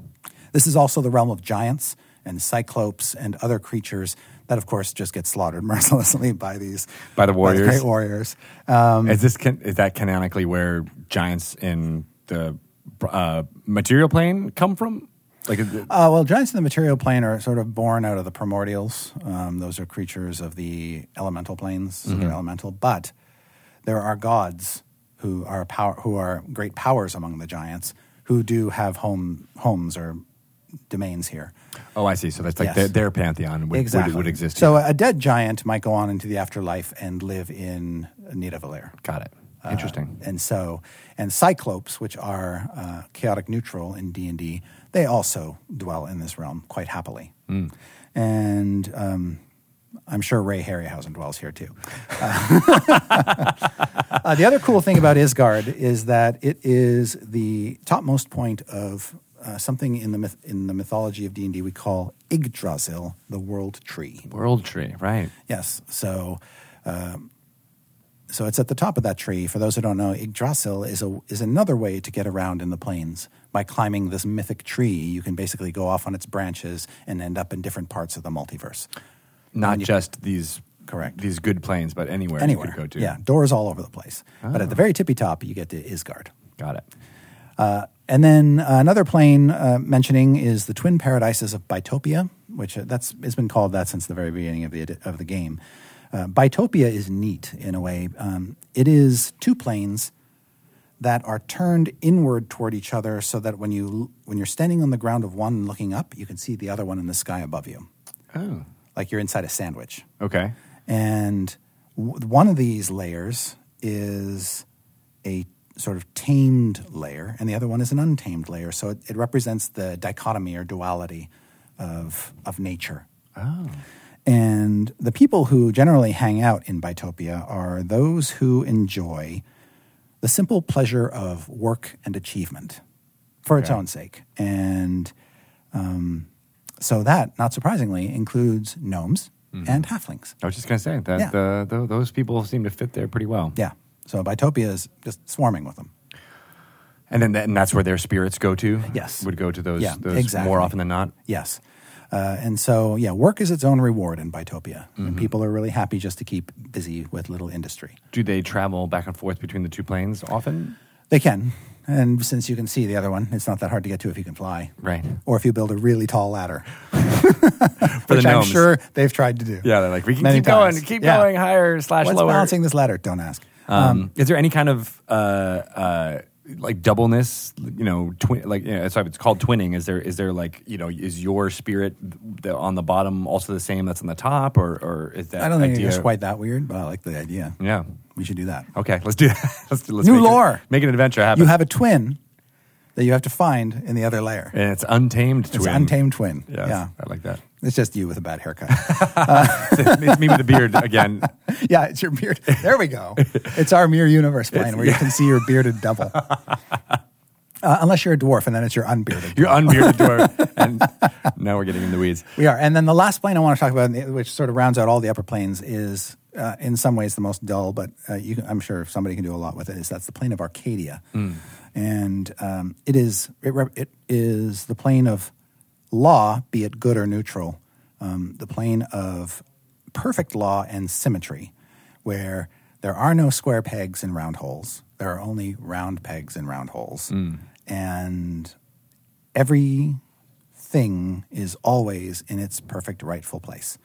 This is also the realm of giants and cyclopes and other creatures that, of course, just get slaughtered mercilessly by these By the warriors. great warriors. is this can, is that canonically where giants in the uh, material plane come from? Like is it- Uh, well, giants in the material plane are sort of born out of the primordials. Um, those are creatures of the elemental planes, so Mm-hmm. they're elemental. But there are gods who are power, who are great powers among the giants, who do have home homes or domains here. Oh, I see. So that's like Yes. their, their pantheon would, exactly. would, would exist. So here. a dead giant might go on into the afterlife and live in Nita Valer. got it. uh, Interesting. and so and cyclopes which are uh, chaotic neutral in d&d they also dwell in this realm quite happily and um, i'm sure ray harryhausen dwells here too uh, the other cool thing about Isgard is that it is the topmost point of uh, something in the myth- in the mythology of D and D we call Yggdrasil, the world tree. World tree, right? Yes. So, um, so it's at the top of that tree. For those who don't know, Yggdrasil is a is another way to get around in the plains by climbing this mythic tree. You can basically go off on its branches and end up in different parts of the multiverse. Not just these Correct. these good planes, but anywhere, Anywhere, you could go to. Ah. yeah, doors all over the place. But at the very tippy top, you get to Isgard. Got it. Uh, and then uh, another plane uh, mentioning is the twin paradises of Bitopia, which uh, that's it's been called that since the very beginning of the edi- of the game. Uh, Bitopia is neat in a way. Um, it is two planes that are turned inward toward each other, so that when you when you're standing on the ground of one and looking up, you can see the other one in the sky above you, Oh, like you're inside a sandwich. okay. And w- one of these layers is a sort of tamed layer, and the other one is an untamed layer. So it, it represents the dichotomy or duality of, of nature. Oh, And the people who generally hang out in Bitopia are those who enjoy the simple pleasure of work and achievement for its Okay. own sake. And um, so that, not surprisingly, includes gnomes Mm-hmm. and halflings. I was just gonna say that Yeah. the, tho- those people seem to fit there pretty well. Yeah. So Bitopia is just swarming with them. And then that, and that's where their spirits go to. Yes. would go to those Yeah, those exactly. more often than not. Yes. Uh, and so, yeah, work is its own reward in Bitopia. Mm-hmm. And people are really happy just to keep busy with little industry. Do they travel back and forth between the two planes often? They can. And since you can see the other one, it's not that hard to get to if you can fly. Right. Or if you build a really tall ladder, For the which I'm gnomes. sure they've tried to do. Yeah, they're like we can Many keep times. going, keep Yeah. going higher slash What's lower. balancing this ladder? Don't ask. Um, is there any kind of uh, uh, like doubleness? You know, twin, like you know, sorry, it's called twinning. Is there is there like you know is your spirit the, on the bottom also the same that's on the top, or or is that I don't think idea, it's quite that weird, but I like the idea. Yeah. We should do that. Okay, let's do that. let's do, let's New make it- lore. make an adventure happen. You have a twin that you have to find in the other layer. and it's untamed twin. It's an untamed twin. Yes, Yeah. I like that. It's just you with a bad haircut. it's me with the beard again. yeah, it's your beard. There we go. It's our mirror universe plane where you can see your bearded devil. Uh, unless you're a dwarf, and then it's your unbearded. You're unbearded dwarf, and now we're getting in the weeds. we are. And then the last plane I want to talk about, which sort of rounds out all the upper planes, is uh, in some ways the most dull, but uh, you can, I'm sure somebody can do a lot with it. Is that's the plane of Arcadia, and um, it is it, rep- it is the plane of law, be it good or neutral, um, the plane of perfect law and symmetry, where there are no square pegs in round holes. There are only round pegs in round holes, and every thing is always in its perfect rightful place.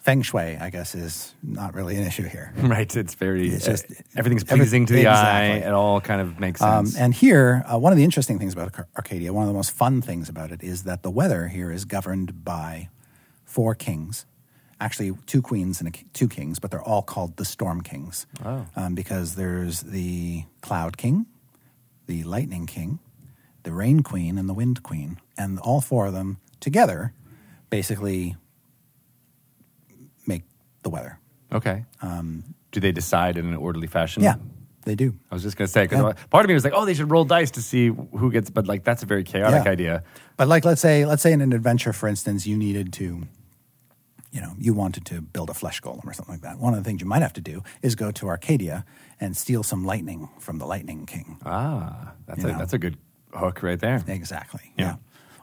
Feng shui, I guess, is not really an issue here. Right, it's very uh, It's just- everything's every- pleasing to the eye. Exactly. It all kind of makes Um, sense. and here, uh, one of the interesting things about Arc- Arcadia, one of the most fun things about it, is that the weather here is governed by four kings. Actually, two queens and a, ki- two kings, but they're all called the Storm Kings Oh. um, because there's the Cloud King, the Lightning King, the Rain Queen, and the Wind Queen, and all four of them together basically make the weather. Okay. Do they decide in an orderly fashion? um, Yeah, they do. I was just going to say, because Yeah. part of me was like, oh, they should roll dice to see who gets, but like, that's a very chaotic Yeah. idea. But like, let's say, let's say in an adventure, for instance, you needed to, you know, you wanted to build a flesh golem or something like that. One of the things you might have to do is go to Arcadia and steal some lightning from the Lightning King. Ah, that's, You a, know. that's a good hook right there. Exactly. Yeah. Yeah.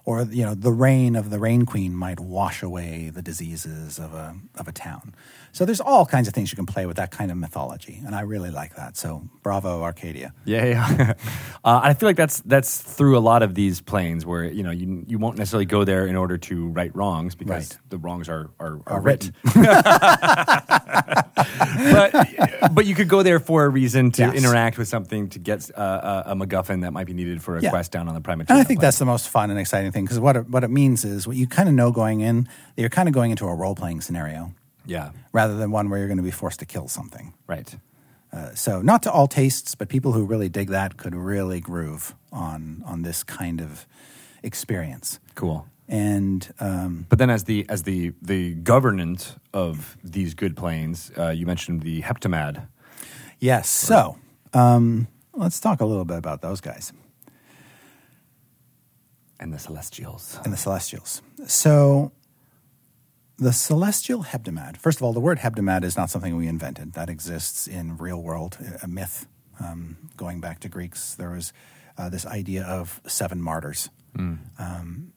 Or you know, the rain of the Rain Queen might wash away the diseases of a of a town. So there's all kinds of things you can play with that kind of mythology, and I really like that. So bravo, Arcadia. Yeah, yeah. uh, I feel like that's that's through a lot of these planes where you know you you won't necessarily go there in order to right wrongs because Right. the wrongs are are, are Are written. but but you could go there for a reason to Yes. interact with something to get uh, a, a MacGuffin that might be needed for a Yeah. quest down on the primate. And I think that's the most fun and exciting thing because what it, what it means is what you kind of know going in that you're kind of going into a role playing scenario Yeah. rather than one where you're going to be forced to kill something. Right. Uh, so not to all tastes, but people who really dig that could really groove on on this kind of experience. Cool. And um, But then, as the as the the governance of these good planes, uh, you mentioned the Heptamad. yes, so um, let's talk a little bit about those guys. and the Celestials. and the celestials. So, the celestial hebdomad. First of all, the word hebdomad is not something we invented. That exists in real world a myth. Um, going back to Greeks, there was uh, this idea of seven martyrs um,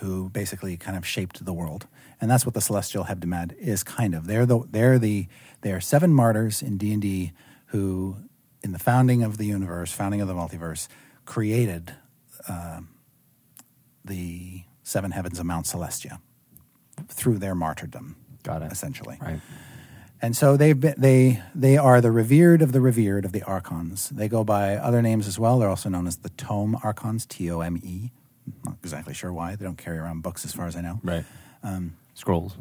who basically kind of shaped the world, and that's what the celestial hebdomad is. Kind of, they're the they're the they are seven martyrs in D and D who, in the founding of the universe, founding of the multiverse, created um, the seven heavens of Mount Celestia through their martyrdom. Got it. Essentially, Right. and so they've been, they they are the revered of the revered of the archons. They go by other names as well. They're also known as the Tome Archons, T O M E. Not exactly sure why they don't carry around books, as far as I know. Right. Um, Scrolls.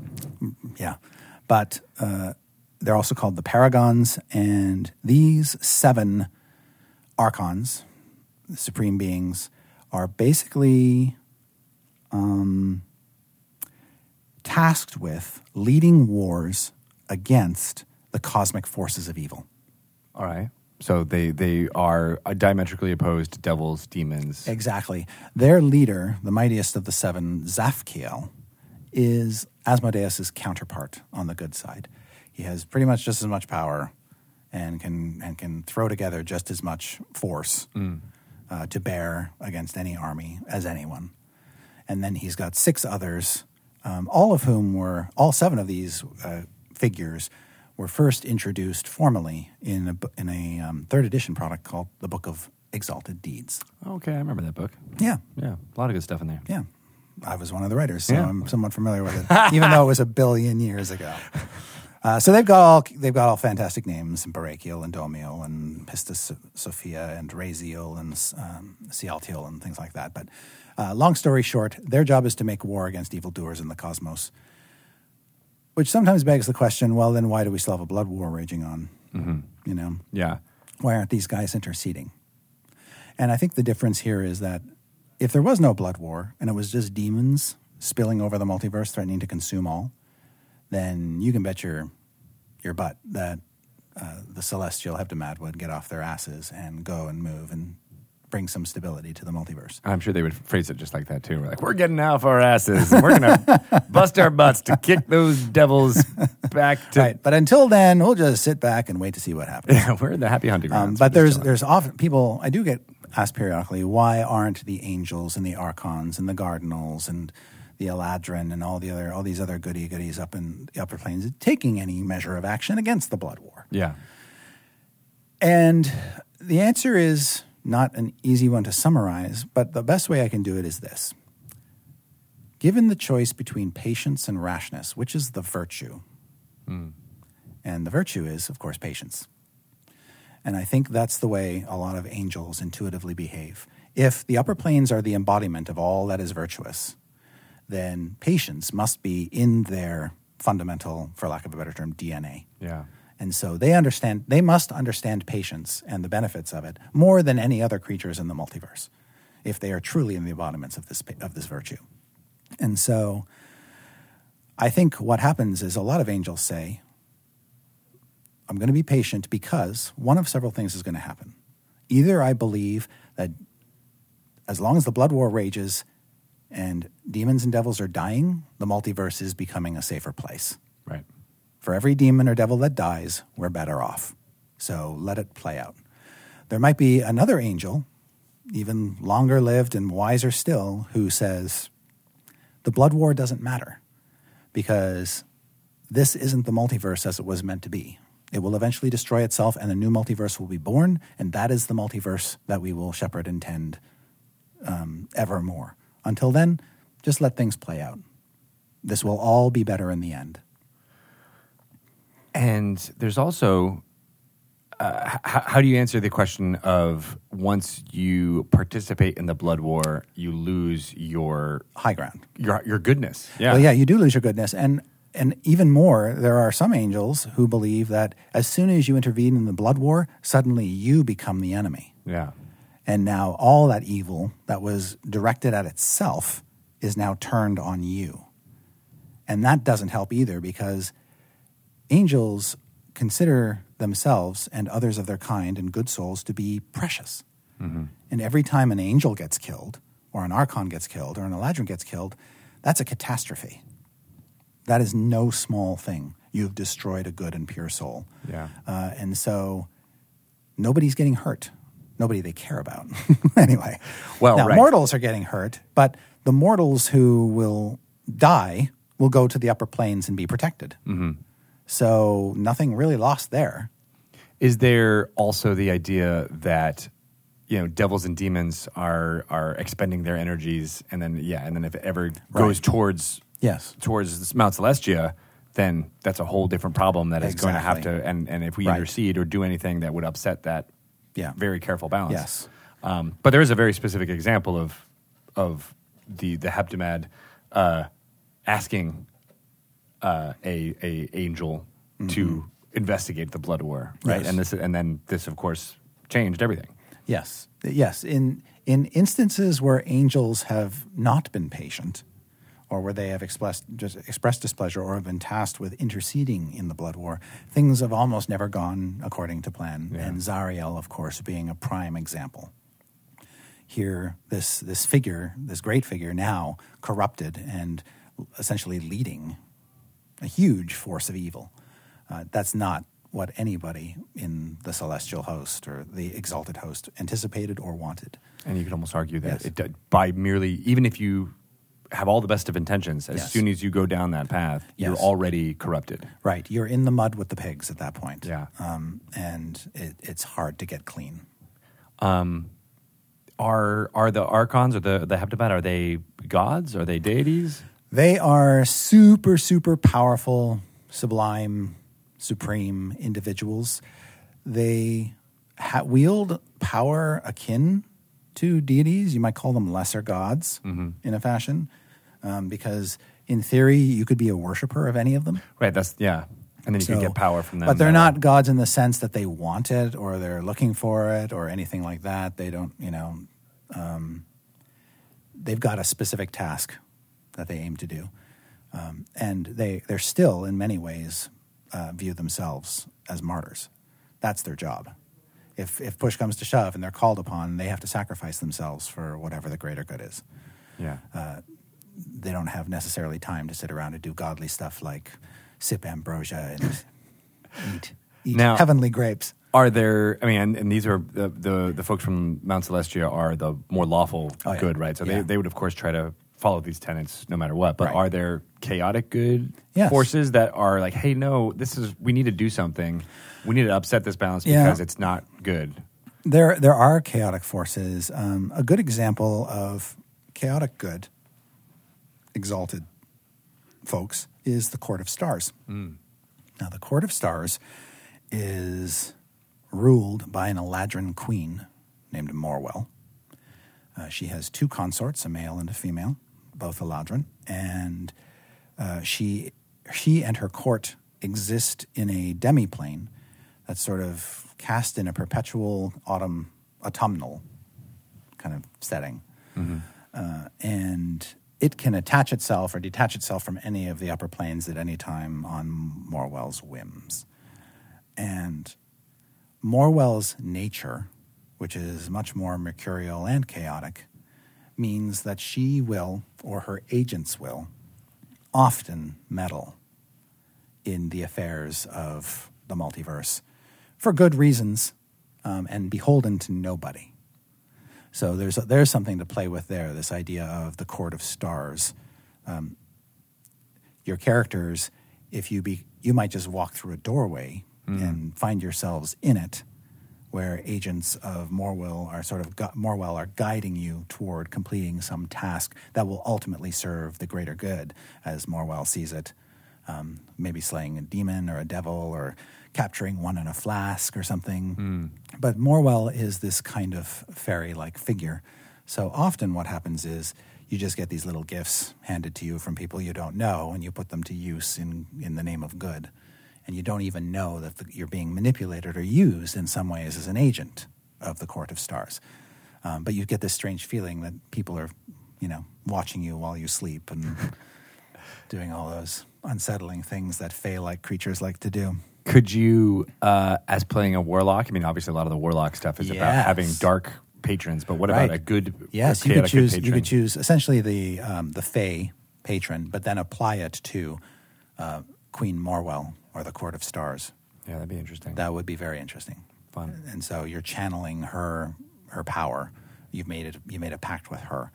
Yeah. But uh, they're also called the Paragons. And these seven Archons, the Supreme Beings, are basically um, tasked with leading wars against the cosmic forces of evil. All right. So they they are diametrically opposed to devils, demons. Exactly. Their leader, the mightiest of the seven, Zafkiel, is Asmodeus' counterpart on the good side. He has pretty much just as much power and can, and can throw together just as much force uh, to bear against any army as anyone. And then he's got six others, um, all of whom were, all seven of these uh, figures were first introduced formally in a, bu- in a um, third edition product called the Book of Exalted Deeds. okay, I remember that book. Yeah, Yeah, a lot of good stuff in there. yeah. I was one of the writers, so Yeah. I'm somewhat familiar with it, even though it was a billion years ago. Uh, so they've got all they've got all fantastic names: and Barachiel and Domiel and Pistis Sophia and Raziel and um, Cialtiel and things like that. But uh, long story short, their job is to make war against evildoers in the cosmos, which sometimes begs the question: Well, then why do we still have a blood war raging on? You know, Yeah. why aren't these guys interceding? And I think the difference here is that if there was no blood war and it was just demons spilling over the multiverse, threatening to consume all, then you can bet your your butt that uh, the celestial hebdomad would get off their asses and go and move and bring some stability to the multiverse. I'm sure they would phrase it just like that too. We're like, we're getting out of our asses. And we're gonna bust our butts to kick those devils back to. Right, but until then, we'll just sit back and wait to see what happens. Yeah, we're in the happy hunting grounds. Um, We're but just there's chilling. there's often people I do get asked periodically why aren't the angels and the archons and the cardinals and the Eladrin and all the other all these other goody goodies up in the upper plains taking any measure of action against the blood war. yeah. And the answer is not an easy one to summarize, but the best way I can do it is this. Given the choice between patience and rashness, which is the virtue? And the virtue is, of course, patience. And I think that's the way a lot of angels intuitively behave. If the upper planes are the embodiment of all that is virtuous, then patience must be in their fundamental, for lack of a better term, DNA. Yeah. And so they understand, they must understand patience and the benefits of it more than any other creatures in the multiverse if they are truly in the embodiments of this, pa- of this virtue. And so I think what happens is a lot of angels say, I'm going to be patient because one of several things is going to happen. Either I believe that as long as the blood war rages and demons and devils are dying, the multiverse is becoming a safer place Right. for every demon or devil that dies, we're better off. So let it play out. There might be another angel, even longer lived and wiser still, who says, the blood war doesn't matter because this isn't the multiverse as it was meant to be. It will eventually destroy itself and a new multiverse will be born, and that is the multiverse that we will shepherd and tend um, evermore. Until then, just let things play out. This will all be better in the end. And there's also uh, h- how do you answer the question of once you participate in the blood war, you lose your High ground. your your goodness? Yeah, Well, yeah, you do lose your goodness, and and even more, there are some angels who believe that as soon as you intervene in the blood war, suddenly you become the enemy, yeah. and now all that evil that was directed at itself is now turned on you, and that doesn't help either because angels consider themselves and others of their kind and good souls to be precious. And every time an angel gets killed, or an archon gets killed, or an eladrin gets killed, that's a catastrophe. That is no small thing. You've destroyed a good and pure soul. Yeah. Uh, and so nobody's getting hurt. Nobody they care about. anyway. Well, now, right. mortals are getting hurt, but the mortals who will die will go to the upper planes and be protected. Mm-hmm. So nothing really lost there. Is there also the idea that you know devils and demons are are expending their energies, and then yeah, and then if it ever goes towards Yes. towards this Mount Celestia, then that's a whole different problem that is going to Exactly. have to and and if we Right. intercede or do anything that would upset that Yeah. very careful balance. Yes. Um, but there is a very specific example of of the the Heptamad uh, asking uh, a a angel Mm-hmm. to investigate the blood war, Yes. And this and then this, of course, changed everything. Yes. Yes. In in instances where angels have not been patient, or where they have expressed just expressed displeasure, or have been tasked with interceding in the blood war, things have almost never gone according to plan. And Zariel, of course, being a prime example. Here, this this figure, this great figure, now corrupted and essentially leading a huge force of evil. Uh, that's not what anybody in the celestial host or the exalted host anticipated or wanted. And you could almost argue that Yes. it d by merely even if you have all the best of intentions, as Yes. soon as you go down that path, you're Yes. already corrupted. Right. You're in the mud with the pigs at that point. Yeah. Um, and it, it's hard to get clean. Are are the archons or the the Heptamad are they gods? Are they deities? They are super, super powerful, sublime, supreme individuals. They ha- wield power akin to deities. You might call them lesser gods in a fashion, um, because in theory, you could be a worshiper of any of them. Right. That's yeah. And then you So- can get power from them. But they're that not gods in the sense that they want it or they're looking for it or anything like that. They don't, you know, um, they've got a specific task that they aim to do. Um, and they, they're still, in many ways, uh, view themselves as martyrs. That's their job. If, if push comes to shove and they're called upon, they have to sacrifice themselves for whatever the greater good is Yeah. they don't have necessarily time to sit around and do godly stuff like sip ambrosia and eat, eat Now- heavenly grapes. are there? I mean, and, and these are the, the the folks from Mount Celestia are the more lawful Oh, yeah. good, right? So Yeah. they they would of course try to follow these tenets no matter what. But Right. are there chaotic good Yes. forces that are like, hey, no, this is we need to do something. We need to upset this balance Yeah. because it's not good. There, there are chaotic forces. Um, a good example of chaotic good, exalted folks, is the Court of Stars. Now, the Court of Stars is ruled by an Eladrin queen named Morwell. Uh, she has two consorts, a male and a female, both Eladrin, and uh, she she and her court exist in a demiplane that's sort of cast in a perpetual autumn autumnal kind of setting, uh, and it can attach itself or detach itself from any of the upper planes at any time on Morwell's whims, and Morwell's nature, which is much more mercurial and chaotic, means that she will, or her agents will, often meddle in the affairs of the multiverse for good reasons um, and beholden to nobody. So there's, there's something to play with there this idea of the court of stars your characters if you be you might just walk through a doorway and find yourselves in it where agents of Morwell are sort of gu- Morwell are guiding you toward completing some task that will ultimately serve the greater good as Morwell sees it um, maybe slaying a demon or a devil or capturing one in a flask or something. But Morwell is this kind of fairy like figure. So often what happens is you just get these little gifts handed to you from people you don't know and you put them to use in, in the name of good. And you don't even know that the, you're being manipulated or used in some ways as an agent of the Court of Stars. Um, but you get this strange feeling that people are, you know, watching you while you sleep and doing all those unsettling things that fae like creatures like to do. Could you, uh, as playing a warlock? I mean, obviously, a lot of the warlock stuff is about Yes. having dark patrons, but what about Right. a good? Yes, a you could chaotic good choose. You patron? could choose essentially the um, the Fey patron, but then apply it to uh, Queen Morwell or the Court of Stars. Yeah, that'd be interesting. That would be very interesting. Fun. And so you're channeling her her power. You've made it. You made a pact with her.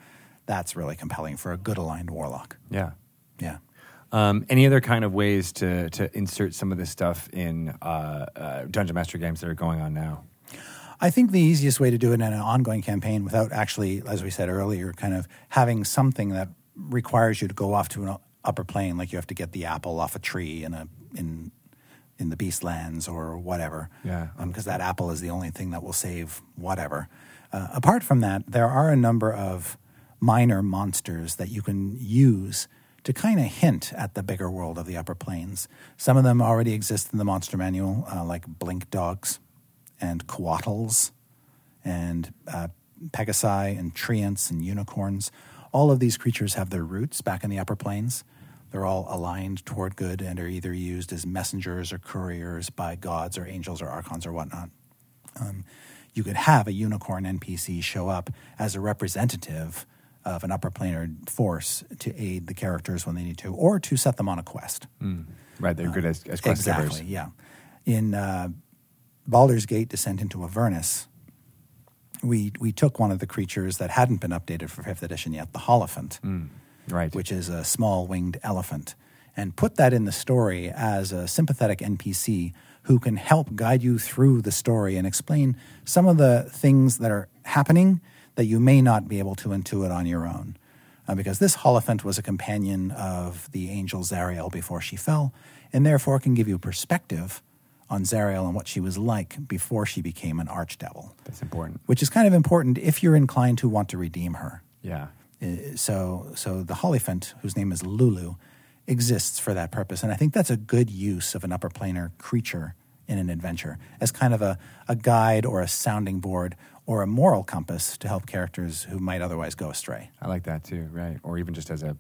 That's really compelling for a good aligned warlock. yeah. Yeah. Um, any other kind of ways to to insert some of this stuff in uh, uh, Dungeon Master games that are going on now? I think the easiest way to do it in an ongoing campaign without actually, as we said earlier, kind of having something that requires you to go off to an upper plane, like you have to get the apple off a tree in a in in the beast lands or whatever. Yeah. because um, that apple is the only thing that will save whatever. Uh, apart from that, there are a number of minor monsters that you can use to kind of hint at the bigger world of the upper planes. Some of them already exist in the monster manual, uh, like blink dogs and coattles and uh, pegasi and treants and unicorns. All of these creatures have their roots back in the upper planes. They're all aligned toward good and are either used as messengers or couriers by gods or angels or archons or whatnot. Um, you could have a unicorn NPC show up as a representative of an upper planar force to aid the characters when they need to, or to set them on a quest. Right, they're good as, as quest Uh, exactly, givers. yeah. In uh, Baldur's Gate Descent into Avernus, we, we took one of the creatures that hadn't been updated for 5th edition yet, the Holophant Hmm. Right, which is a small winged elephant, and put that in the story as a sympathetic NPC who can help guide you through the story and explain some of the things that are happening that you may not be able to intuit on your own. Uh, because this Holophant was a companion of the angel Zariel before she fell, and therefore can give you perspective on Zariel and what she was like before she became an archdevil, that's important. which is kind of important if you're inclined to want to redeem her. Yeah, Uh, so so the Holophant, whose name is Lulu, exists for that purpose, and I think that's a good use of an upper planar creature in an adventure as kind of a, a guide or a sounding board or a moral compass to help characters who might otherwise go astray. I like that too. Right, or even just as a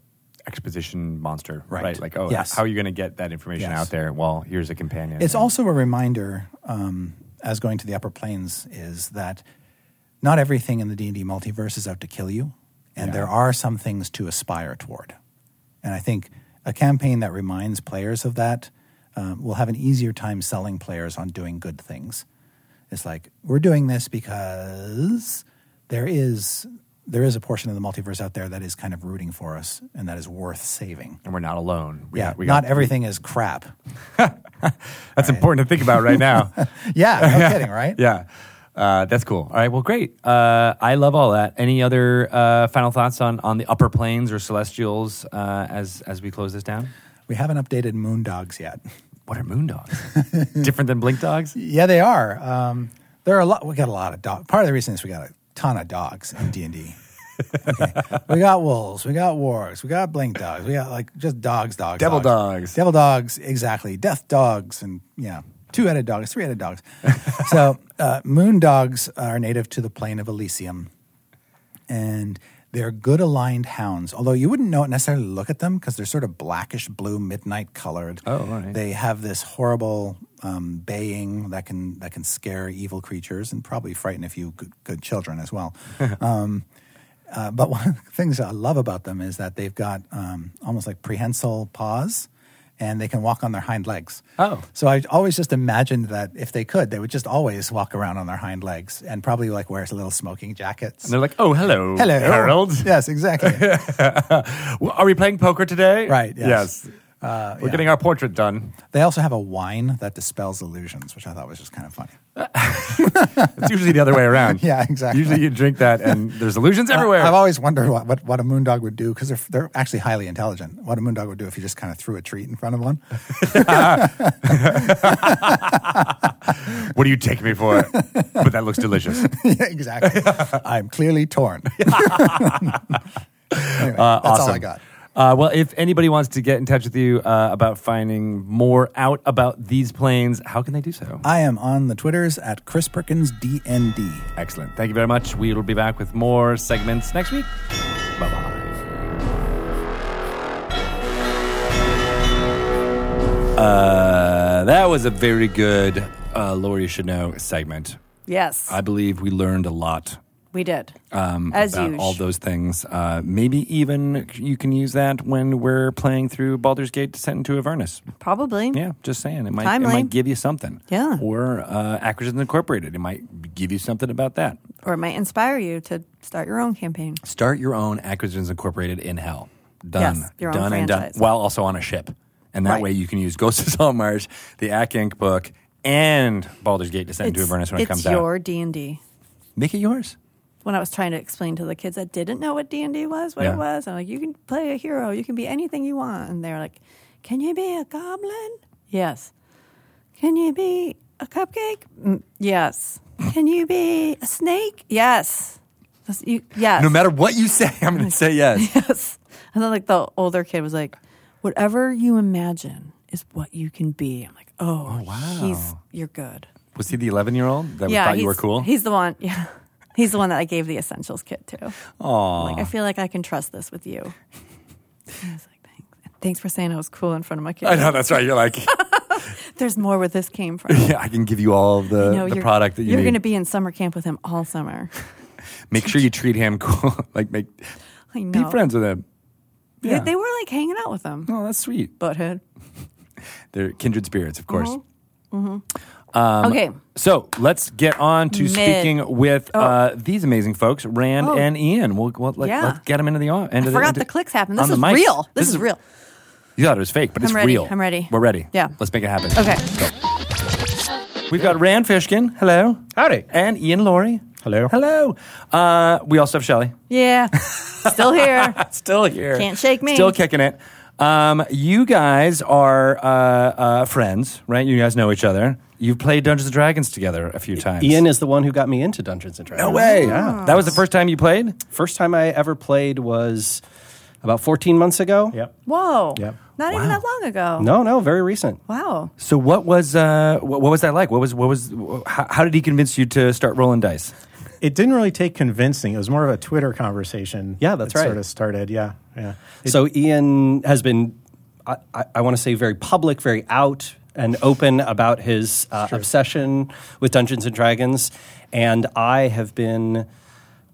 exposition monster. Right. like oh, Yes. how are you going to get that information Yes. out there? Well, here's a companion. It's also a reminder, um, as going to the upper planes is that not everything in the D and D multiverse is out to kill you, and there are some things to aspire toward. And I think a campaign that reminds players of that um, will have an easier time selling players on doing good things. It's like we're doing this because there is there is a portion of the multiverse out there that is kind of rooting for us and that is worth saving. and we're not alone. We yeah, got- we not got- everything is crap. That's important to think about right now. Yeah, no kidding, right? yeah. Uh, that's cool. All right. Well, great. Uh, I love all that. Any other uh, final thoughts on, on the upper planes or celestials uh, as as we close this down? We haven't updated Moondogs yet. What are moon dogs? Different than blink dogs? Yeah, they are. Um, there are a lot. We got a lot of dogs. Part of the reason is we got a ton of dogs in D and D. We got wolves. We got wargs. We got blink dogs. We got like just dogs, dogs, Devil dogs. devil dogs. Exactly, death dogs, and yeah, two-headed dogs, three-headed dogs. so uh, moon dogs are native to the plain of Elysium. and they're good aligned hounds. Although you wouldn't know it necessarily to look at them because they're sort of blackish blue, midnight colored. Oh, all right. They have this horrible um, baying that can that can scare evil creatures and probably frighten a few good, good children as well. um, uh, but one of the things I love about them is that they've got um, almost like prehensile paws. And they can walk on their hind legs. Oh. so I always just imagined that if they could, they would just always walk around on their hind legs and probably like wear little smoking jackets. And they're like, oh, hello, Hello, Harold. Yes, exactly. Well, Are we playing poker today? right. Yes. Uh, We're yeah. getting our portrait done. They also have a wine that dispels illusions, which I thought was just kind of funny. It's usually the other way around. Yeah, exactly. Usually you drink that and there's illusions everywhere. I- I've always wondered what, what, what a moondog would do because they're, they're actually highly intelligent. What a moondog would do if you just kind of threw a treat in front of one. what do you take me for? but that looks delicious. yeah, exactly. I'm clearly torn. anyway, that's all I awesome. got. Uh, well, if anybody wants to get in touch with you uh, about finding more out about these planes, how can they do so? I am on the Twitters at Chris Perkins DND. Excellent. Thank you very much. We will be back with more segments next week. Bye bye. Uh, that was a very good uh, Laurie Chanel segment. Yes, I believe we learned a lot we did. um, As about usual. all those things. Uh, maybe even you can use that when we're playing through Baldur's Gate Descent into Avernus. Probably. Yeah, just saying. It might Timely. it might give you something. Yeah. Or uh, Acquisitions Incorporated. It might give you something about that. Or it might inspire you to start your own campaign. Start your own Acquisitions Incorporated in hell. Done. Yes, your own done and done. franchise. While also on a ship. And that Right. way you can use Ghosts of Solid Mars, the Ack Inc. book, and Baldur's Gate Descent into Avernus when it it's comes out. your D&D. Make it yours. When I was trying to explain to the kids that didn't know what D&D was, what Yeah. it was, I'm like, you can play a hero. You can be anything you want. And they were like, can you be a goblin? Yes. Can you be a cupcake? Mm, yes. Can you be a snake? Yes. That's- You, yes. No matter what you say, I'm going to say yes. Yes. And then like the older kid was like, whatever you imagine is what you can be. I'm like, oh, wow. he's you're good. Was he the 11 year old that thought you he's- were cool? He's the one. Yeah. He's the one that I gave the essentials kit to. Aw. Like, I feel like I can trust this with you. And I was like, thanks. And Thanks for saying I was cool in front of my I kid. know, that's right. You're like, There's more where this came from. yeah, I can give you all of the, You know, the you're- product that you You're need. going to be in summer camp with him all summer. Make sure you treat him cool. like, make I be know. friends with him. They- Yeah. They, were like hanging out with him. oh, that's sweet. Butthead. They're kindred spirits, of course. Mm-hmm. Um, okay. So let's get on to Mid. speaking with Oh. uh, these amazing folks, Rand Oh. and Ian. We'll, we'll let, Yeah. let's get them into the on. Into I forgot into- the clicks happened. on This the is mics. real. This, is real. You thought it was fake, but it's ready. real. I'm ready. We're ready. Yeah. Let's make it happen. Okay. We've got Rand Fishkin. Hello. Howdy. And Ian Laurie. Hello. Hello. Uh, we also have Shelley. Yeah. Still here. Still here. Can't shake me. Still kicking it. Um, you guys are uh, uh, friends, right? You guys know each other. You've played Dungeons and Dragons together a few times. Ian is the one who got me into Dungeons and Dragons. No way. That was the first time you played? First time I ever played was about 14 months ago. Yep. Whoa. Yep. Not even that long ago. No, no, very recent. Wow. So what was uh, what, what was that like? What was what was how, how did he convince you to start rolling dice? It didn't really take convincing. It was more of a Twitter conversation. Yeah, that's that right. Sort of started. Yeah, yeah. It- so Ian has been, I, I, I want to say, very public, very out and open about his uh, obsession with Dungeons and Dragons. And I have been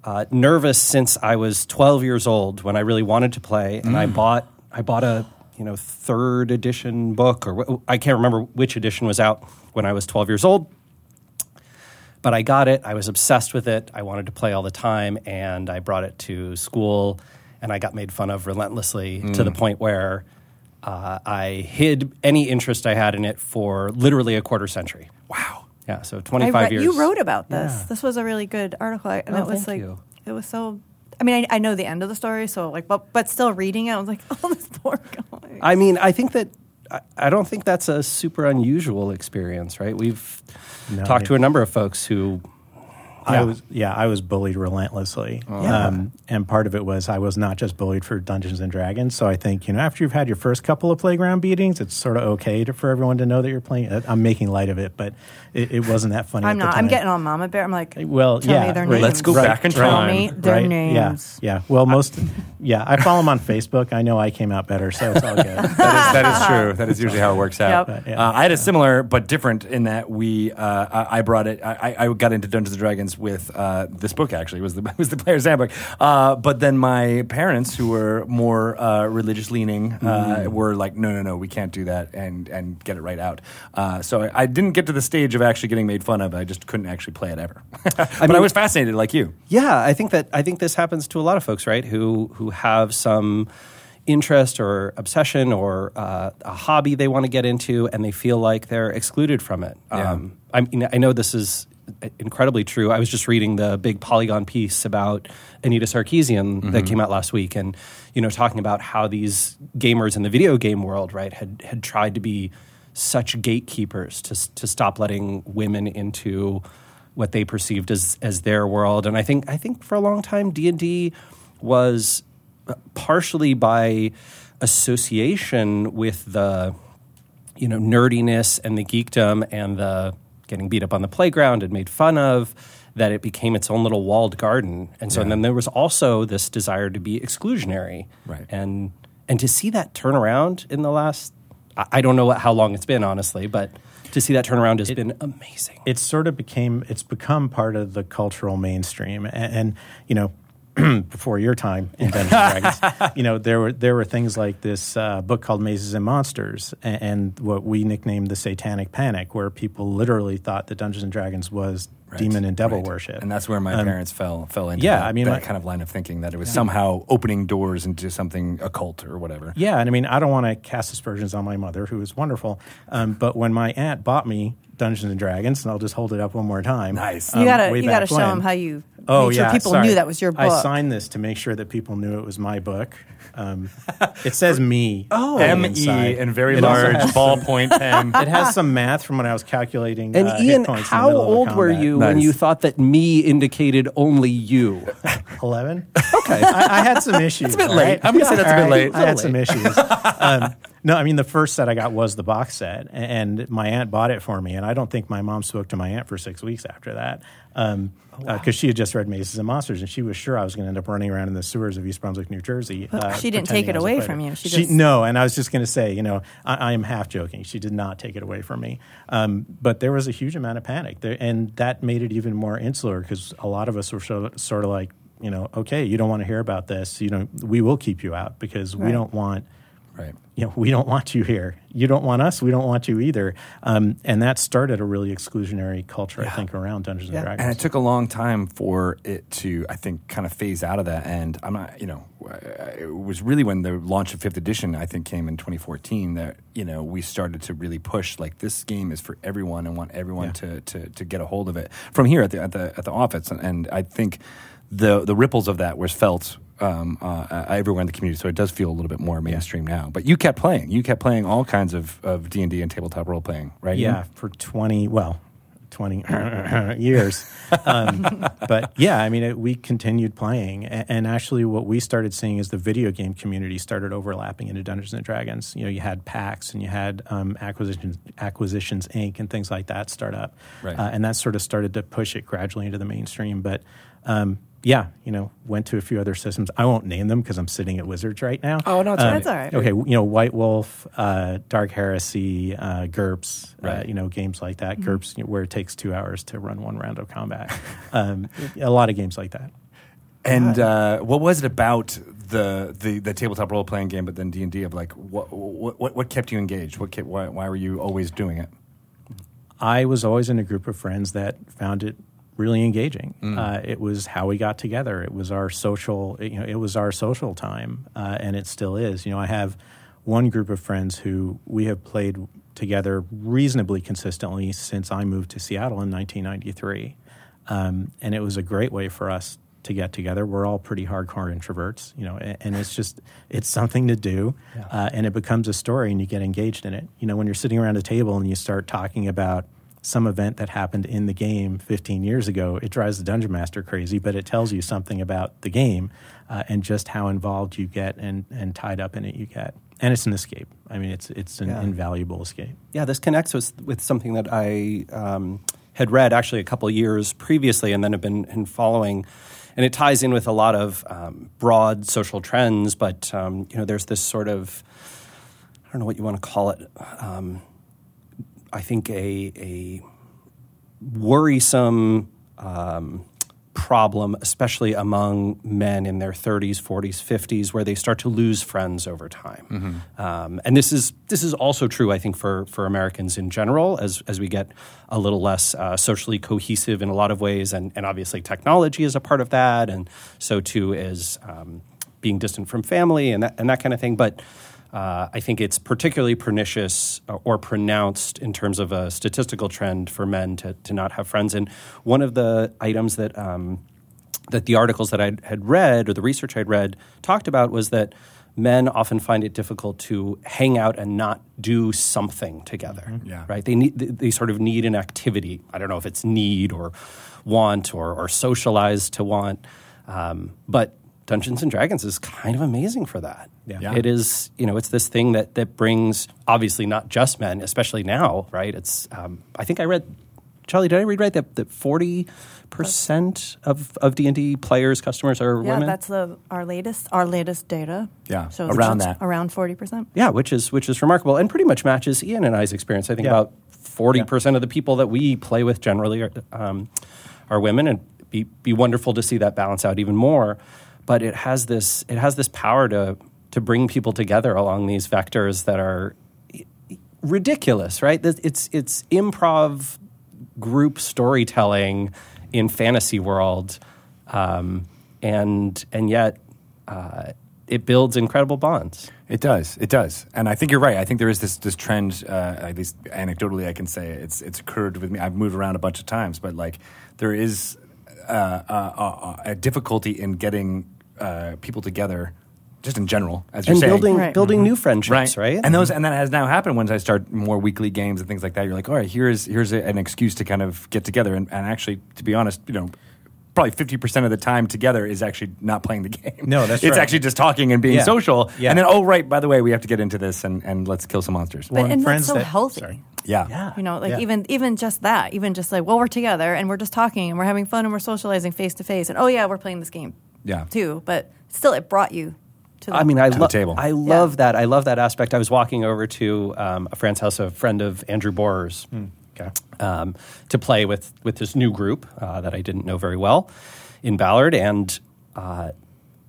uh, nervous since I was 12 years old when I really wanted to play, and I bought I bought a you know third edition book or wh- I can't remember which edition was out when I was 12 years old. but I got it. I was obsessed with it. I wanted to play all the time, and I brought it to school, and I got made fun of relentlessly to Mm. the point where uh, I hid any interest I had in it for literally a quarter century. Wow. Yeah. So I twenty read, five years. You wrote about this. This was a really good article, I- and Oh, it was thank like you. it was so. I mean, I, I know the end of the story, so like, but but still reading it, I was like, oh, this poor guy. I mean, I think that I- I don't think that's a super unusual experience, right? We've No, talked it- to a number of folks who. I was yeah, I was bullied relentlessly. Oh. Um, and part of it was I was not just bullied for Dungeons and Dragons. So I think you know after you've had your first couple of playground beatings, it's sort of okay to, for everyone to know that you're playing. I- I'm making light of it, but it, it wasn't that funny. I'm at the not. I'm time. getting on Mama Bear. I'm like, Well, tell yeah, me their right. names. Let's go back in Tell time. me their right? names. Yeah, yeah. Well, most yeah. I follow him on Facebook. I know I came out better, so it's all good. that, is, that is true. That is usually how it works out. Yep. Yeah. Uh, I had a similar but different in that we uh, I, I brought it. I, I I got into Dungeons and Dragons with uh, this book actually was the was the player's handbook. Uh, but then my parents, who were more uh, religious leaning, uh, were like, no, no, no, we can't do that and and get it right out. Uh, so I, I didn't get to the stage of actually getting made fun of. I just couldn't actually play it ever. but I mean- was fascinated, like you. Yeah, I think that I think this happens to a lot of folks, right? Who who have some interest or obsession or uh, a hobby they want to get into, and they feel like they're excluded from it. Yeah. Um, I mean, I know this is incredibly true. I was just reading the big Polygon piece about Anita Sarkeesian that came out last week, and you know, talking about how these gamers in the video game world, right, had had tried to be such gatekeepers to s- to stop letting women into what they perceived as as their world. And I think I think for a long time, D and D was uh, partially by association with the you know nerdiness and the geekdom and the getting beat up on the playground and made fun of that it became its own little walled garden and so and then there was also this desire to be exclusionary Right. and and to see that turnaround in the last I, I don't know what, how long it's been honestly but to see that turnaround has been amazing It's sort of became it's become part of the cultural mainstream and, and you know before your time in Dungeons and Dragons you know there were there were things like this uh, book called Mazes and Monsters and, and what we nicknamed the Satanic Panic where people literally thought that Dungeons and Dragons was demon and devil Right. worship Um, and that's where my parents fell fell into. yeah, that, I mean, that my- kind of line of thinking that it was somehow opening doors into something occult or whatever. Yeah, and I mean, I don't want to cast aspersions on my mother, who is wonderful. Um, but when my aunt bought me Dungeons and Dragons, and I'll just hold it up one more time. Nice. You gotta- Um, way you gotta back show 'em how you Oh made sure yeah, people sorry. knew that was your I book. signed this to make sure that people knew it was my book. Um, it says me. Oh, M E and very large ballpoint pen. It has some math from when I was calculating. and uh, hit Ian, points in the how middle of a old were combat. you when Nice. you thought that me indicated only you? 11. Okay. I, I had some issues. It's a bit late. I'm gonna say that's a bit late. I had It's a some issues. Um, no, I mean, the first set I got was the box set, a- and my aunt bought it for me. And I don't think my mom spoke to my aunt for six weeks after that because she had just read Mazes and Monsters, and she was sure I was going to end up running around in the sewers of East Brunswick, New Jersey. uh, she didn't pretending take it I was away afraid from of- you. She She, just- no, and I was just going to say, you know, I, I am half joking. She did not take it away from me, um, but there was a huge amount of panic, there, and that made it even more insular because a lot of us were sort of, sort of like, you know, okay, you don't want to hear about this. You know, we will keep you out because we Right. don't want Right. you know, we don't want you here. You don't want us. We don't want you either. Um, and that started a really exclusionary culture, I think, around Dungeons and Dragons. And it took a long time for it to, I think, kind of phase out of that. And I'm not, you know, uh, it was really when the launch of fifth edition, I think, came in 2014 that, you know, we started to really push like this game is for everyone and want everyone to, to, to get a hold of it from here at the, at the, at the office. And, and I think the, the ripples of that was felt. Um, uh, uh, everywhere in the community, so it does feel a little bit more mainstream now. But you kept playing, you kept playing all kinds of of D and D and tabletop role playing, right? Yeah, for 20, well, 20 years. Um, but yeah, I mean, it, we continued playing. And, and actually, what we started seeing is the video game community started overlapping into Dungeons and Dragons. You know, you had PAX and you had um, Acquisitions, Acquisitions Inc. and things like that start up. Right. Uh, and that sort of started to push it gradually into the mainstream. But um, yeah, you know, went to a few other systems. I won't name them because I'm sitting at Wizards right now. Oh no, it's That's all right. Um, Okay, you know, White Wolf, uh, Dark Heresy, uh, GURPS, uh, Right. you know, games like that. GURPS, you know, where it takes two hours to run one round of combat. um, a lot of games like that. And uh, what was it about the the, the tabletop role playing game, but then D and D of like what, what what kept you engaged? What kept, why why were you always doing it? I was always in a group of friends that found it really engaging. Uh, it was how we got together. It was our social. You know, it was our social time, uh, and it still is. You know, I have one group of friends who we have played together reasonably consistently since I moved to Seattle in 1993, um, and it was a great way for us to get together. We're all pretty hardcore introverts, you know, and, and it's just it's something to do, uh, and it becomes a story, and you get engaged in it. You know, when you're sitting around a table and you start talking about some event that happened in the game 15 years ago, it drives the dungeon master crazy, but it tells you something about the game uh, and just how involved you get and and tied up in it you get. And it's an escape. I mean, it's it's an invaluable escape. Yeah, this connects with, with something that I um, had read actually a couple years previously and then have been, been following. And it ties in with a lot of um, broad social trends, but um, you know, there's this sort of, I don't know what you want to call it, um, I think a, a worrisome um, problem, especially among men in their 30s, 40s, 50s, where they start to lose friends over time. Um, and this is this is also true, I think, for for Americans in general, as as we get a little less uh, socially cohesive in a lot of ways, and and obviously technology is a part of that, and so too is. Um, being distant from family and that, and that kind of thing. But uh, I think it's particularly pernicious uh, or pronounced in terms of a statistical trend for men to, to not have friends. And one of the items that um, that the articles that I had read or the research I'd read talked about was that men often find it difficult to hang out and not do something together. Yeah. Right? They need they they sort of need an activity. I don't know if it's need or want or or socialize to want, um, but Dungeons and Dragons is kind of amazing for that. Yeah. It is, you know, it's this thing that that brings obviously not just men, especially now, right? It's um, I think I read Charlie, did I read right that that forty percent of of D and D players customers are Yeah, women? that's the our latest our latest data. Yeah, so around that's that. around forty percent. yeah, which is which is remarkable and pretty much matches Ian and I's experience. I think Yeah. about forty percent of the people that we play with generally are, um, are women, and be be wonderful to see that balance out even more. But it has this it has this power to to bring people together along these vectors that are ridiculous, right? That- It's it's improv group storytelling in fantasy world, um, and and yet uh, it builds incredible bonds. It does. It does. And I think you're right. I think there is this this trend. Uh, at least anecdotally, I can say it's it's occurred with me. I've moved around a bunch of times, but like there is uh, uh, uh, a difficulty in getting uh, people together, just in general, as you're and saying. building Right. building new friendships, right? And Mm-hmm. those and that has now happened once I start more weekly games and things like that. You're like, all right, here's here's a, an excuse to kind of get together and, and actually, to be honest, you know. Probably fifty percent of the time together is actually not playing the game. No, that's it's right. actually just talking and being Yeah. social. Yeah. And then, oh right, by the way, we have to get into this and, and let's kill some monsters. Well, But, and and that's friends so that- healthy. sorry. yeah. You know, like Yeah. even even just that, even just like, well, we're together and we're just talking and we're having fun and we're socializing face to face, and oh yeah, we're playing this game, Yeah. too. But still, it brought you to. The, I mean, I To the love table. I love that. I love that aspect. I was walking over to um, a friend's house, a friend of Andrew Borer's, um, to play with with this new group uh, that I didn't know very well in Ballard, and uh,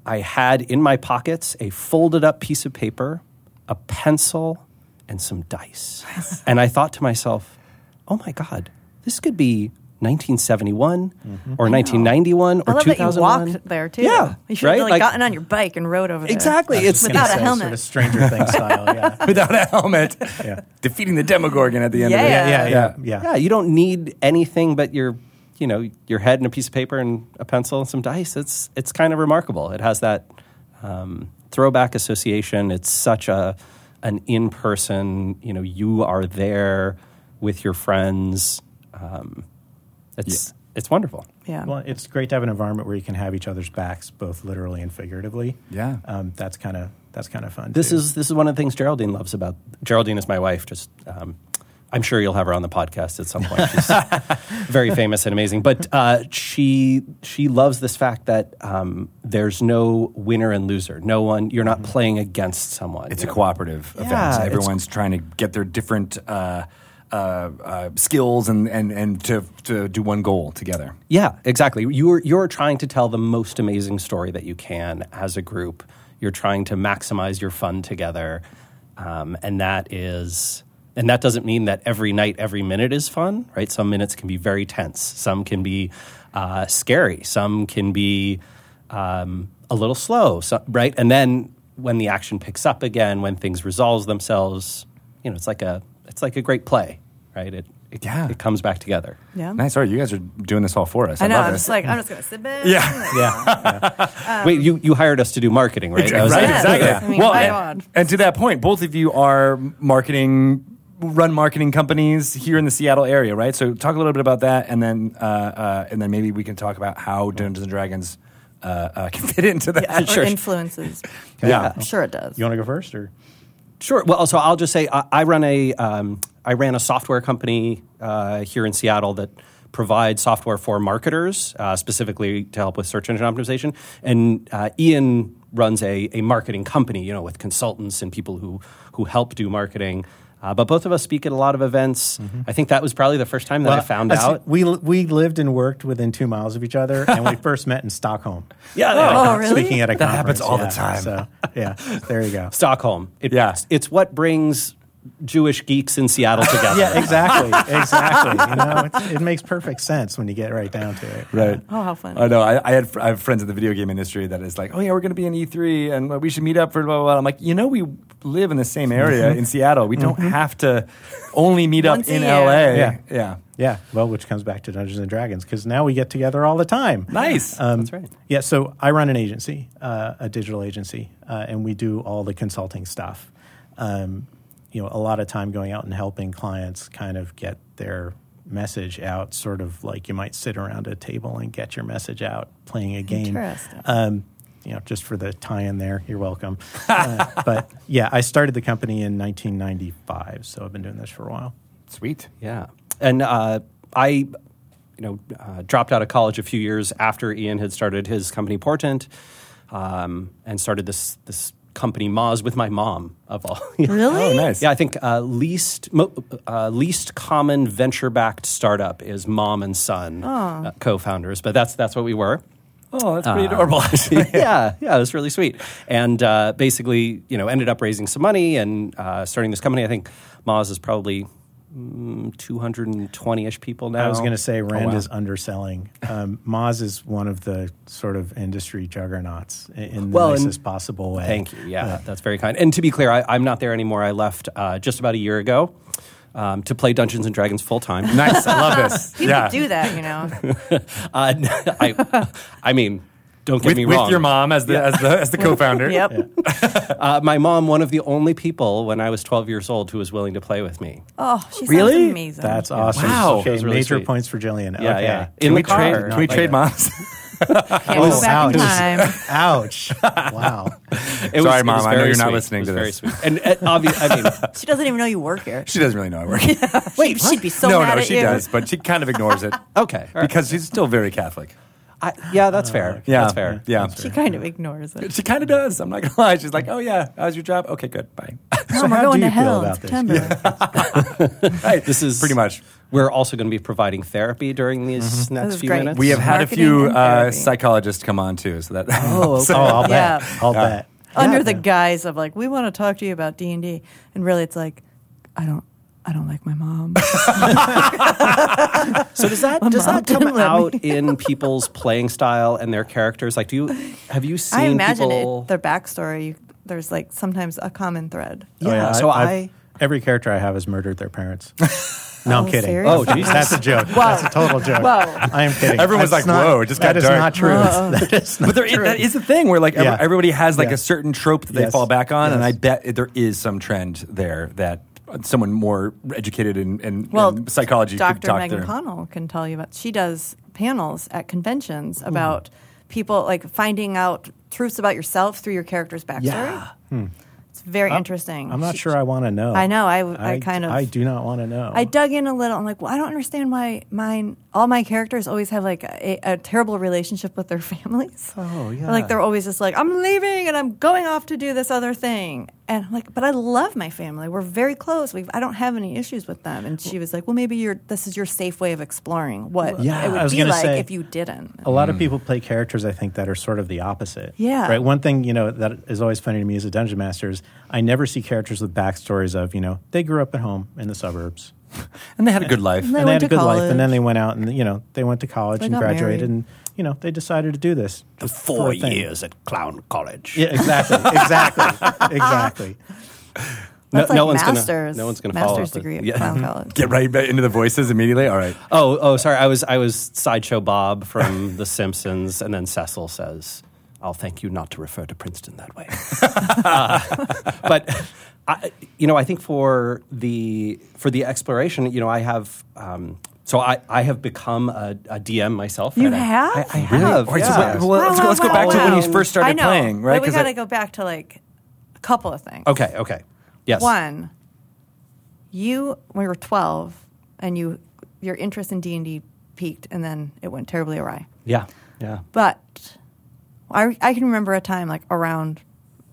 I had in my pockets a folded up piece of paper, a pencil, and some dice, and I thought to myself, "Oh my God, this could be." 1971 or 1991 I or love that 2001. you walked there too. Yeah, you should right. have like, Like- gotten on your bike and rode over there. Exactly. It's Without a Say helmet. Sort of Stranger Things style. Yeah. Without a helmet, Yeah. defeating the Demogorgon at the end of Yeah. it. Yeah, Yeah. Yeah. Yeah. Yeah. you don't need anything but your, you know, your head and a piece of paper and a pencil and some dice. It's it's kind of remarkable. It has that um, throwback association. It's such a an in person. You know, you are there with your friends. Um, it's it's wonderful. Yeah. Well, it's great to have an environment where you can have each other's backs, both literally and figuratively. Yeah. Um, that's kind of that's kind of fun. This too. is this is one of the things Geraldine loves about Geraldine is my wife. Just um, I'm sure you'll have her on the podcast at some point. She's very famous and amazing, but uh, she she loves this fact that um, there's no winner and loser. No one you're not playing against someone. It's you a know? cooperative Yeah, event. it's- Everyone's trying to get their different uh, uh, uh, skills and, and, and to, to do one goal together. Yeah, exactly. You're you're trying to tell the most amazing story that you can as a group. You're trying to maximize your fun together, um, and that is and that doesn't mean that every night, every minute is fun, right? Some minutes can be very tense. Some can be uh, scary. Some can be um, a little slow, so, right? And then when the action picks up again, when things resolves themselves, you know, it's like a it's like a great play, right? It it, Yeah. it comes back together. yeah. Nice. All right, you guys are doing this all for us. I, I know. love I'm this. just like I'm just gonna sit back. yeah. yeah. Wait, you, you hired us to do marketing, right? That was- right, Yeah, exactly. that's- I mean, well, my and, God. and to that point, both of you are marketing, run marketing companies here in the Seattle area, right? So talk a little bit about that, and then uh, uh, and then maybe we can talk about how Dungeons and Dragons uh, uh, can fit into that. Or Sure. influences. Yeah. I'm sure it does. You want to go first, or Sure. Well, so I'll just say I, I run a um, I ran a software company uh, here in Seattle that provides software for marketers uh, specifically to help with search engine optimization. And uh, Ian runs a, a marketing company, you know, with consultants and people who who help do marketing. Uh, but both of us speak at a lot of events. I think that was probably the first time that I Well, found see- out. we we lived and worked within two miles of each other, and we first met in Stockholm. Uh, Yeah. Oh, really? Speaking at a That happens conference, all the yeah. time. So yeah, there you go. Stockholm. It, Yeah. it's, it's what brings Jewish geeks in Seattle together. Yeah, exactly, exactly. You know, it's, it makes perfect sense when you get right down to it. Right. Oh, how funny. I know. I, I had fr- I have friends in the video game industry that is like, oh yeah, we're going to be E in E3 and uh, we should meet up for blah blah. blah. I'm like, you know, we live in the same area in Seattle. We don't have to only meet up Mm-hmm. Once a in year. LA. Yeah. yeah. Yeah, well, which comes back to Dungeons and Dragons because now we get together all the time. Nice. Um, That's right. Yeah, so I run an agency, uh, a digital agency, uh, and we do all the consulting stuff. Um, you know, a lot of time going out and helping clients kind of get their message out, sort of like you might sit around a table and get your message out playing a game. Interesting. Um, you know, just for the tie in there, you're welcome. uh, but yeah, I started the company in 1995, so I've been doing this for a while. Sweet. Yeah, and uh, I, you know, uh, dropped out of college a few years after Ian had started his company Portent, um, and started this this company Moz with my mom of all. Really? Oh, nice. Yeah, I think uh, least mo- uh, least common venture backed startup is mom and son uh, co-founders, but that's that's what we were. Oh, that's pretty adorable. actually. Uh, yeah, yeah, it was really sweet. And uh, basically, you know, ended up raising some money and uh, starting this company. I think Moz is probably mm, two hundred and twenty ish people now. Oh, I was going to oh, say Rand wow. is underselling. Um, Moz is one of the sort of industry juggernauts in, in the Well, and- nicest possible way. Thank you. Uh, Yeah, that's very kind. And to be clear, I, I'm not there anymore. I left uh, just about a year ago um, to play Dungeons and Dragons full time. nice. I love this. People yeah. do that, you know. Uh, I, I mean, don't get with, me with wrong. your mom as the as the as the co-founder. yep. Uh, my mom, one of the only people when I was 12 years old who was willing to play with me. Oh, she Really? sounds amazing. That's awesome. Wow. Okay, That's really major sweet. points for Jillian. Yeah, okay. yeah. Can In we the car. trade? Can we Not trade like moms? Can't go back in time. ouch. wow. that. It was- Sorry, it was Mom, I know very you're not sweet. listening It was to very this. Sweet. And, and obvi- I mean, She doesn't even know you work here. she doesn't really know I work. Wait, she'd be so no, mad no, at she you. does, but she kind of ignores it okay. all right. because she's still very Catholic. I, yeah, that's fair. Yeah, That's fair. Yeah, She kind of ignores it. she kind of does. I'm not gonna lie. She's like, "Oh yeah, how's your job? Okay, good, bye." Mom, So we're how going do to you feel hell in about this? September. right. This is pretty much. We're also going to be providing therapy during these next is few great. minutes. We have had a Marketing few and uh, therapy. psychologists come on too, so that Oh, okay. Oh, I'll bet. Yeah. I'll bet. Under Yeah. the guise of like, we want to talk to you about D and D, and really, it's like, I don't, I don't like my mom. So does that My does mom that come didn't let out in people's playing style and their characters? Like, do you have you seen I imagine people? it, their backstory. you- There's like sometimes a common thread. yeah. Oh, So I've- I- every character I have has murdered their parents. No, I'm Oh, kidding. seriously? Oh, Jesus. that's a joke. That's a total joke. Whoa. I am kidding. Everyone's like, That's not- "Whoa, it just got That is dark." not true. That is not But there, that is the thing where like ev- Yeah. everybody has like Yeah. a certain trope that they Yes. fall back on, and Yes. I bet it- there is some trend there that someone more educated in, in, Well, in psychology could Dr. talk Megan through. Connell can tell you about. She does panels at Mm-hmm. conventions about people like finding out truths about yourself through your character's backstory. Yeah. It's very interesting. Hmm. I'm not She- sure I want to know. I know, I- I kind of- I do not want to know. I dug in a little. I'm like, well, I don't understand why mine, all my characters always have like a, a terrible relationship with their families. Oh, yeah. Like they're always just like, I'm leaving and I'm going off to do this other thing. And I'm like, but I love my family. We're very close. We've, I don't have any issues with them. And she was like, well, maybe you're, this is your safe way of exploring what Yeah, it would I was be gonna like say- if you didn't. A lot of people play characters, I think, that are sort of the opposite. Yeah. Right. One thing, you know, that is always funny to me as a dungeon master is I never see characters with backstories of, you know, they grew up at home in the suburbs and they had a good life. They and they went had a to good life and then college. they went out and, you know, they went to college They and got married. graduated and, you know, they decided to do this. the just for four a thing. years at Clown College. Yeah, exactly. Exactly. exactly. No, That's like no one's master's, gonna. No one's gonna follow master's up with- degree at Yeah. Clown College. Get right back into the voices immediately. All right. Oh, oh, sorry. I was I was sideshow Bob from The Simpsons, and then Cecil says, "I'll thank you not to refer to Princeton that way." Uh, but I, you know, I think for the for the exploration, you know, I have. Um, so I, I have become a, a DM myself. You and I- have? I, I have. All right, so yeah. wait, well, let's, go, let's go back to when you first started I know, playing, right? But we 'Cause got I- to go back to like a couple of things. okay. Okay. Yes. One, you when you were twelve, and you your interest in D and D peaked, and then it went terribly awry. Yeah. Yeah. But I I can remember a time like around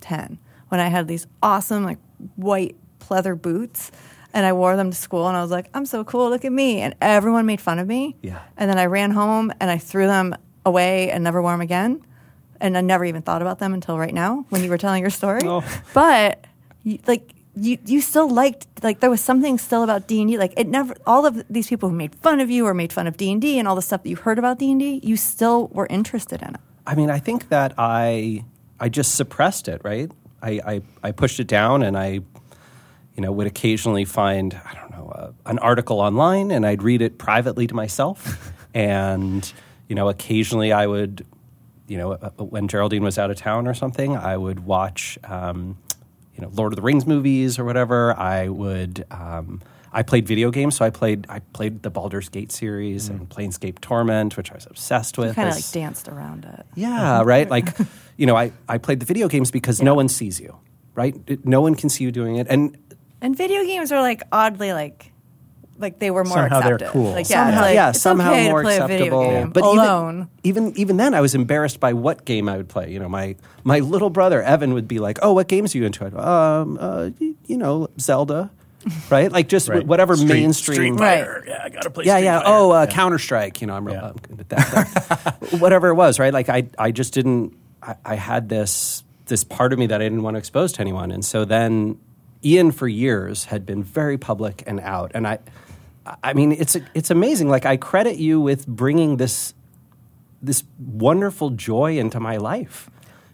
ten when I had these awesome like white pleather boots. And I wore them to school, and I was like, "I'm so cool! Look at me!" And everyone made fun of me. Yeah. And then I ran home and I threw them away and never wore them again. And I never even thought about them until right now when you were telling your story. Oh. But you- like you you still liked like there was something still about D and D like it never all of these people who made fun of you or made fun of D and D and all the stuff that you heard about D and D you still were interested in it. I mean, I think that I I just suppressed it, right? I I, I pushed it down, and I you know would occasionally find I don't know uh, an article online, and I'd read it privately to myself, and you know occasionally I would you know uh, when Geraldine was out of town or something, I would watch. Um, you know, Lord of the Rings movies or whatever. I would. Um, I played video games, so I played. I played the Baldur's Gate series and Planescape Torment, which I was obsessed with. Hmm. You kind of as- like danced around it. yeah, Mm-hmm. right. Like, you know, I, I played the video games because no one sees you, right? It- no one can see you doing it. And And video games are like oddly like like they were more Somehow they're accepted. cool. Like, yeah, somehow, like, yeah, it's somehow okay more to play acceptable. A video game But even- alone. Even, even then, I was embarrassed by what game I would play. You know, my my little brother Evan would be like, "Oh, what games are you into?" I'd go, um, uh, y- you know, Zelda, right? Like just Right. whatever Street- mainstream. Right. Yeah, I gotta play. Yeah, Street yeah. Fighter. Oh, uh, Counter Strike. You know, I'm, real, Yeah. I'm good at that. But whatever it was, right? Like I, I just didn't. I, I had this this part of me that I didn't want to expose to anyone, and so then Ian for years had been very public and out, and I, I mean, it's it's amazing. Like I credit you with bringing this this wonderful joy into my life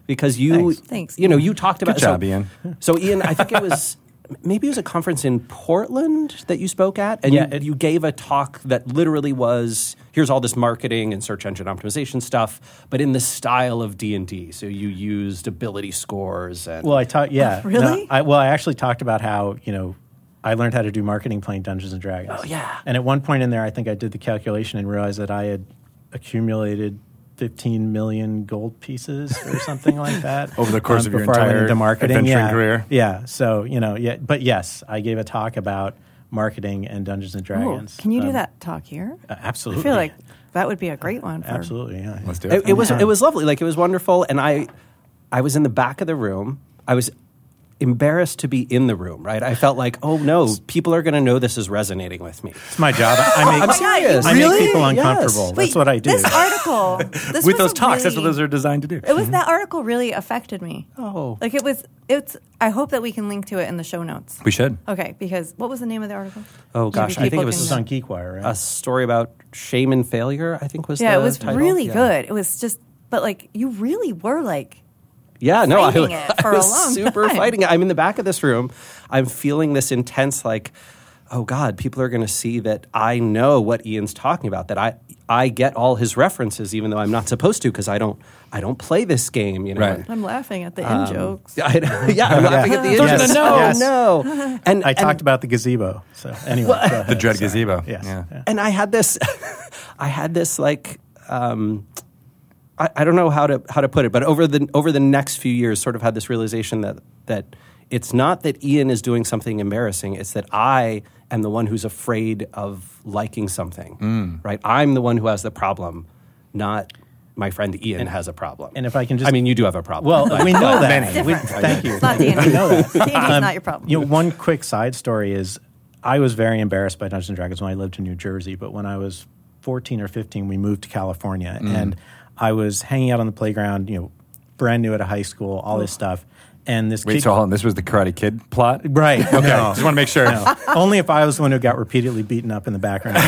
because you Thanks. Thanks, you know you talked about job, so, Ian. so Ian I think it was maybe it was a conference in Portland that you spoke at and Yeah, you, it- you gave a talk that literally was here's all this marketing and search engine optimization stuff but in the style of D&D so you used ability scores and Well, I taught. Yeah, No, Oh, Really? I, well, I actually talked about how you know I learned how to do marketing playing Dungeons and Dragons. Oh, yeah. And at one point in there, I think I did the calculation and realized that I had accumulated. 15 million gold pieces or something like that um, Over the course of your before I went entire into marketing adventuring yeah. career? yeah so you know yeah but yes I gave a talk about marketing and Dungeons and Dragons Ooh, can you do Um, that talk here? uh, absolutely I feel like that would be a great one. For, absolutely yeah Let's do it, it was it was lovely. Like it was wonderful, and I I was in the back of the room. I was embarrassed to be in the room. Right? I felt like, oh no, people are going to know this is resonating with me. it's my job Oh I make I'm serious. I Really? make people Yes. uncomfortable that's Wait, what I do This article, this with was those a talks. That's what really- those are designed to do. It was that article really affected me. Oh. like it was. It's. I hope that we can link to it in the show notes. We should. Okay, because what was the name of the article? Oh, Maybe gosh, I think people it was can- This is on GeekWire, right? A story about shame and failure. I think was Yeah, the it was title. really Yeah. good. It was just, but like you really were like, Yeah, no, I, fighting it for I a was long super time. fighting it. I'm in the back of this room. I'm feeling this intense, like, oh God, people are going to see that I know what Ian's talking about. That I I get all his references, even though I'm not supposed to because I don't I don't play this game. You know. Right. I'm laughing at the Um, in jokes. Yeah, I, yeah, I'm laughing at the end. Yes, No, yes. no. And I talked and, about the gazebo. So anyway, go ahead. The dread Sorry. gazebo. Yes. Yeah. yeah. and I had this, I had this like, um, I, I don't know how to how to put it, but over the over the next few years, sort of had this realization that that it's not that Ian is doing something embarrassing; it's that I am the one who's afraid of liking something. Mm. Right? I'm the one who has the problem, not my friend Ian has a problem. And if I can just- I mean, you do have a problem. Well, we know that. It's We, different. thank you. It's not D&D. We know that. D&D is not your problem. Um, You know, one quick side story is I was very embarrassed by Dungeons and Dragons when I lived in New Jersey, but when I was 14 or 15, we moved to California and I was hanging out on the playground, you know, brand new out of high school, all this stuff. And this Wait, kid so hold on. This was the Karate Kid plot? Right. Okay. No. Just want to make sure. No. Only if I was the one who got repeatedly beaten up in the background.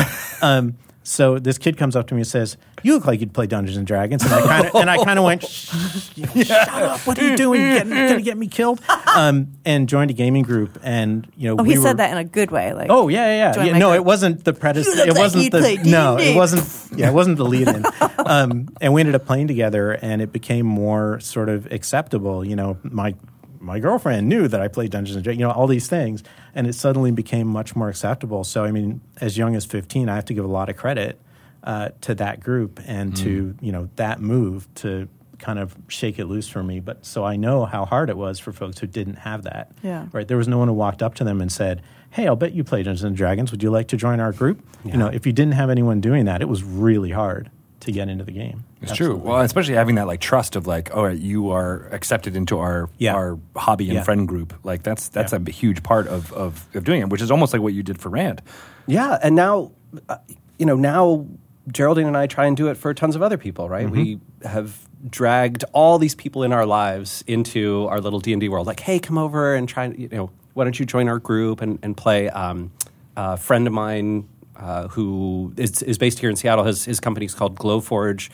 Um, so this kid comes up to me and says, "You look like you'd play Dungeons and Dragons," and I kind of and I kind of went, "Shh, you know, "Shut up! What are you doing? You're gonna get me killed!" Um, and joined a gaming group, and you know, Oh, we he were, said that in a good way. Like, Oh yeah, yeah, yeah. Join Yeah, my no, group. it wasn't the You predecessor. look It like wasn't you'd the play no. D&D. It wasn't. Yeah, it wasn't the lead-in. um, and we ended up playing together, and it became more sort of acceptable. You know, my my girlfriend knew that I played Dungeons and Dragons. You know, all these things, and it suddenly became much more acceptable. So, I mean, as young as fifteen, I have to give a lot of credit uh, to that group and to you know that move to kind of shake it loose for me. But so I know how hard it was for folks who didn't have that. Yeah. Right. There was no one who walked up to them and said, Hey, I'll bet you play Dungeons and Dragons. Would you like to join our group? You know, if you didn't have anyone doing that, it was really hard to get into the game. It's true. Well, especially having that like trust of like, oh, you are accepted into our Yeah. our hobby and Yeah. friend group. Like that's that's Yeah. a huge part of, of of doing it, which is almost like what you did for Rand. Yeah, and now, uh, you know, now Geraldine and I try and do it for tons of other people, right? We have dragged all these people in our lives into our little D and D world. Like, hey, come over and try. and- You know, why don't you join our group and, and play? Um, a friend of mine uh, who is, is based here in Seattle, his, his company is called Glowforge.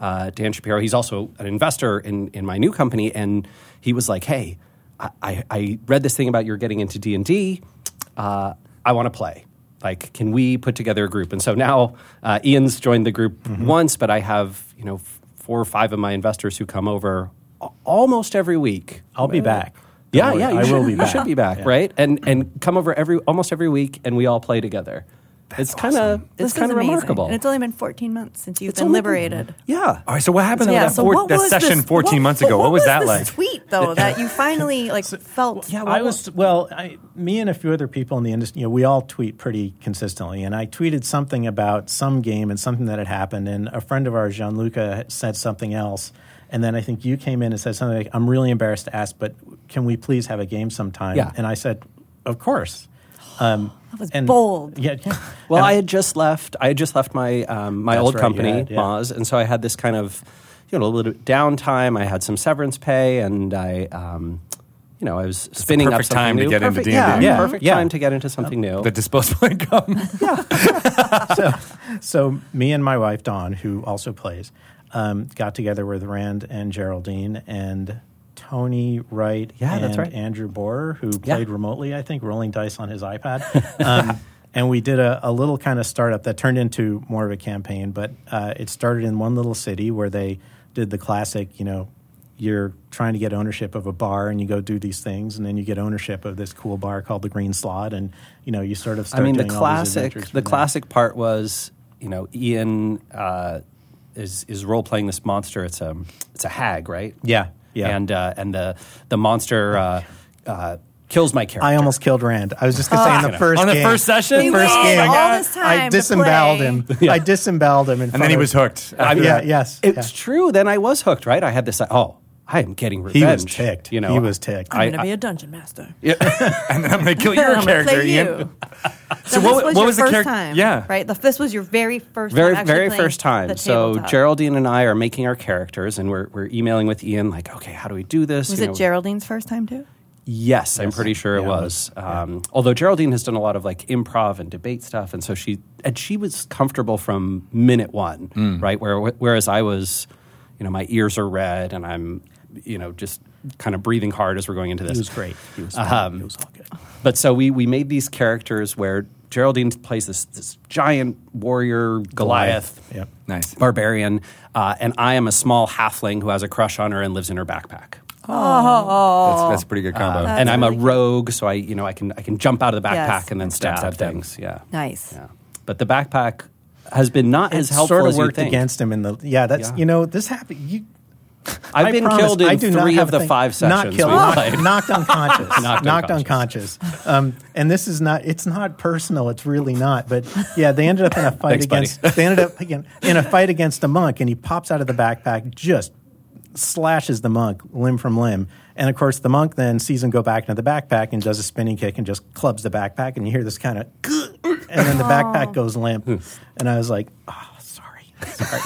Uh, Dan Shapiro, he's also an investor in, in my new company. And he was like, hey, I, I, I read this thing about you're getting into D&D. Uh, I want to play like can we put together a group and so now uh, ian's joined the group Mm-hmm. once but i have you know f- four or five of my investors who come over a- almost every week I'll be back. Don't yeah worry, yeah you I should, will be you back. should be back right and and come over every almost every week and we all play together it's kind of it's This is kind of amazing. remarkable And it's only been 14 months since you've It's been only- liberated. yeah All right, so what happened to yeah. that, so four- what that was session this- 14 what- months ago? What, What, was that this like? Tweet though that you finally like felt. yeah, I was well. I, me and a few other people in the industry, you know, we all tweet pretty consistently. And I tweeted something about some game and something that had happened. And a friend of ours, Gianluca, said something else. And then I think you came in and said something like, "I'm really embarrassed to ask, but can we please have a game sometime?" Yeah. And I said, "Of course." Um, That was bold. Yeah. Well, And I had just left. I had just left my um, my That's old right, company, you had, yeah. Moz, and so I had this kind of you know a little bit downtime. I had some severance pay, and I um, you know I was spinning up perfect something time to new. get into perfect, D&D. Yeah, Yeah. perfect Yeah. time to get into something new. The disposable income. so me and my wife Dawn, who also plays, um, got together with Rand and Geraldine and Tony Wright Yeah, and that's right. Andrew Borer, who Yeah. played remotely, I think, rolling dice on his iPad. Um, and we did a, a little kind of startup that turned into more of a campaign, but uh, it started in one little city where they did the classic, you know, you're trying to get ownership of a bar and you go do these things and then you get ownership of this cool bar called the Green Slot and you know you sort of I start mean, the doing all these classic adventures the from there. classic part was you know Ian uh, is is role playing this monster. It's a it's a hag, right? Yeah, yeah. And uh, and the the monster uh, uh, kills my character. I almost killed Rand. I was just gonna say in the first On the game- first session? the We first waited game, all this I time to disemboweled play. him. I disemboweled him, in And then he was hooked. I mean, Yeah, yes, It's yeah. true. Then I was hooked, right? I had this. like, Oh, I am getting revenge. He was ticked. You know, he was ticked. I'm I- gonna be a dungeon master. and then I'm going to kill I'm your gonna character, play Ian. you. So, what- this was what your was the first character- time, yeah. right. The, this was your very first, very time actually very playing first time. the So tabletop. Geraldine and I are making our characters, and we're we're emailing with Ian like, okay, how do we do this? was You it know, Geraldine's first time too? Yes, I'm pretty sure it Yeah, it was. Um, Although Geraldine has done a lot of like improv and debate stuff, and so she and she was comfortable from minute one, Hmm. right? Where, whereas I was, you know, my ears are red and I'm, you know, just kind of breathing hard as we're going into this. he was great. He was. he was all good. But so we we made these characters where Geraldine plays this this giant warrior Goliath, Yep. Nice. barbarian, uh, and I am a small halfling who has a crush on her and lives in her backpack. Um, That's, Oh. that's a pretty good Uh, combo. and I'm really a good. rogue, so I you know I can I can jump out of the backpack Yes. and then And stab stab at that thing. things. Yeah, Nice. Yeah, but the backpack has been not as It helpful sort of as you worked think. against him in the. Yeah, that's Yeah. you know this happened. You, I've I been promise, killed in I do not three have of the a thing- five Not sessions. killed, we knocked, played. knocked unconscious, knocked, Knocked unconscious. Um, and this is not. It's not personal. It's really not. But yeah, they ended up in a fight Thanks, buddy. against. They ended up again in a fight against a monk, and he pops out of the backpack, just slashes the monk limb from limb. And of course, the monk then sees him go back into the backpack and does a spinning kick and just clubs the backpack, and you hear this kind of, and then the backpack goes limp. Hmm. And I was like, oh, sorry, sorry.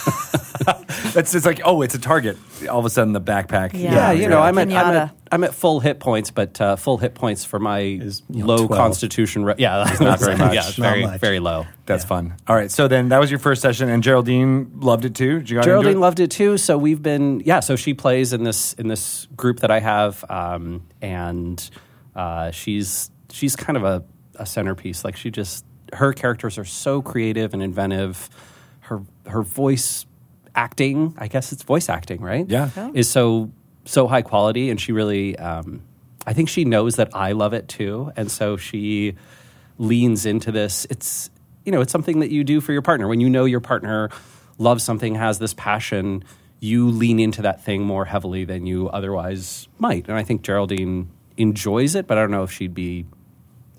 That's it's like, oh, it's a target. All of a sudden, the backpack. Yeah. Yeah, you know, I'm at, I'm, Pinata. at, I'm at full hit points, but uh, full hit points for my you know, low 12. constitution. Re- yeah, that's not very much. Yeah, it's Not very, much. very low. That's fun. All right, so then that was your first session, and Geraldine loved it too. Did you guys Geraldine into it? loved it too. So we've been yeah. So she plays in this in this group that I have, um, and uh, she's she's kind of a, a centerpiece. Like she just her characters are so creative and inventive. Her her voice acting, I guess it's voice acting, right? Yeah. Yeah. is so so high quality, and she really. Um, I think she knows that I love it too, and so she leans into this. It's you know, it's something that you do for your partner. When you know your partner loves something, has this passion, you lean into that thing more heavily than you otherwise might. And I think Geraldine enjoys it, but I don't know if she'd be,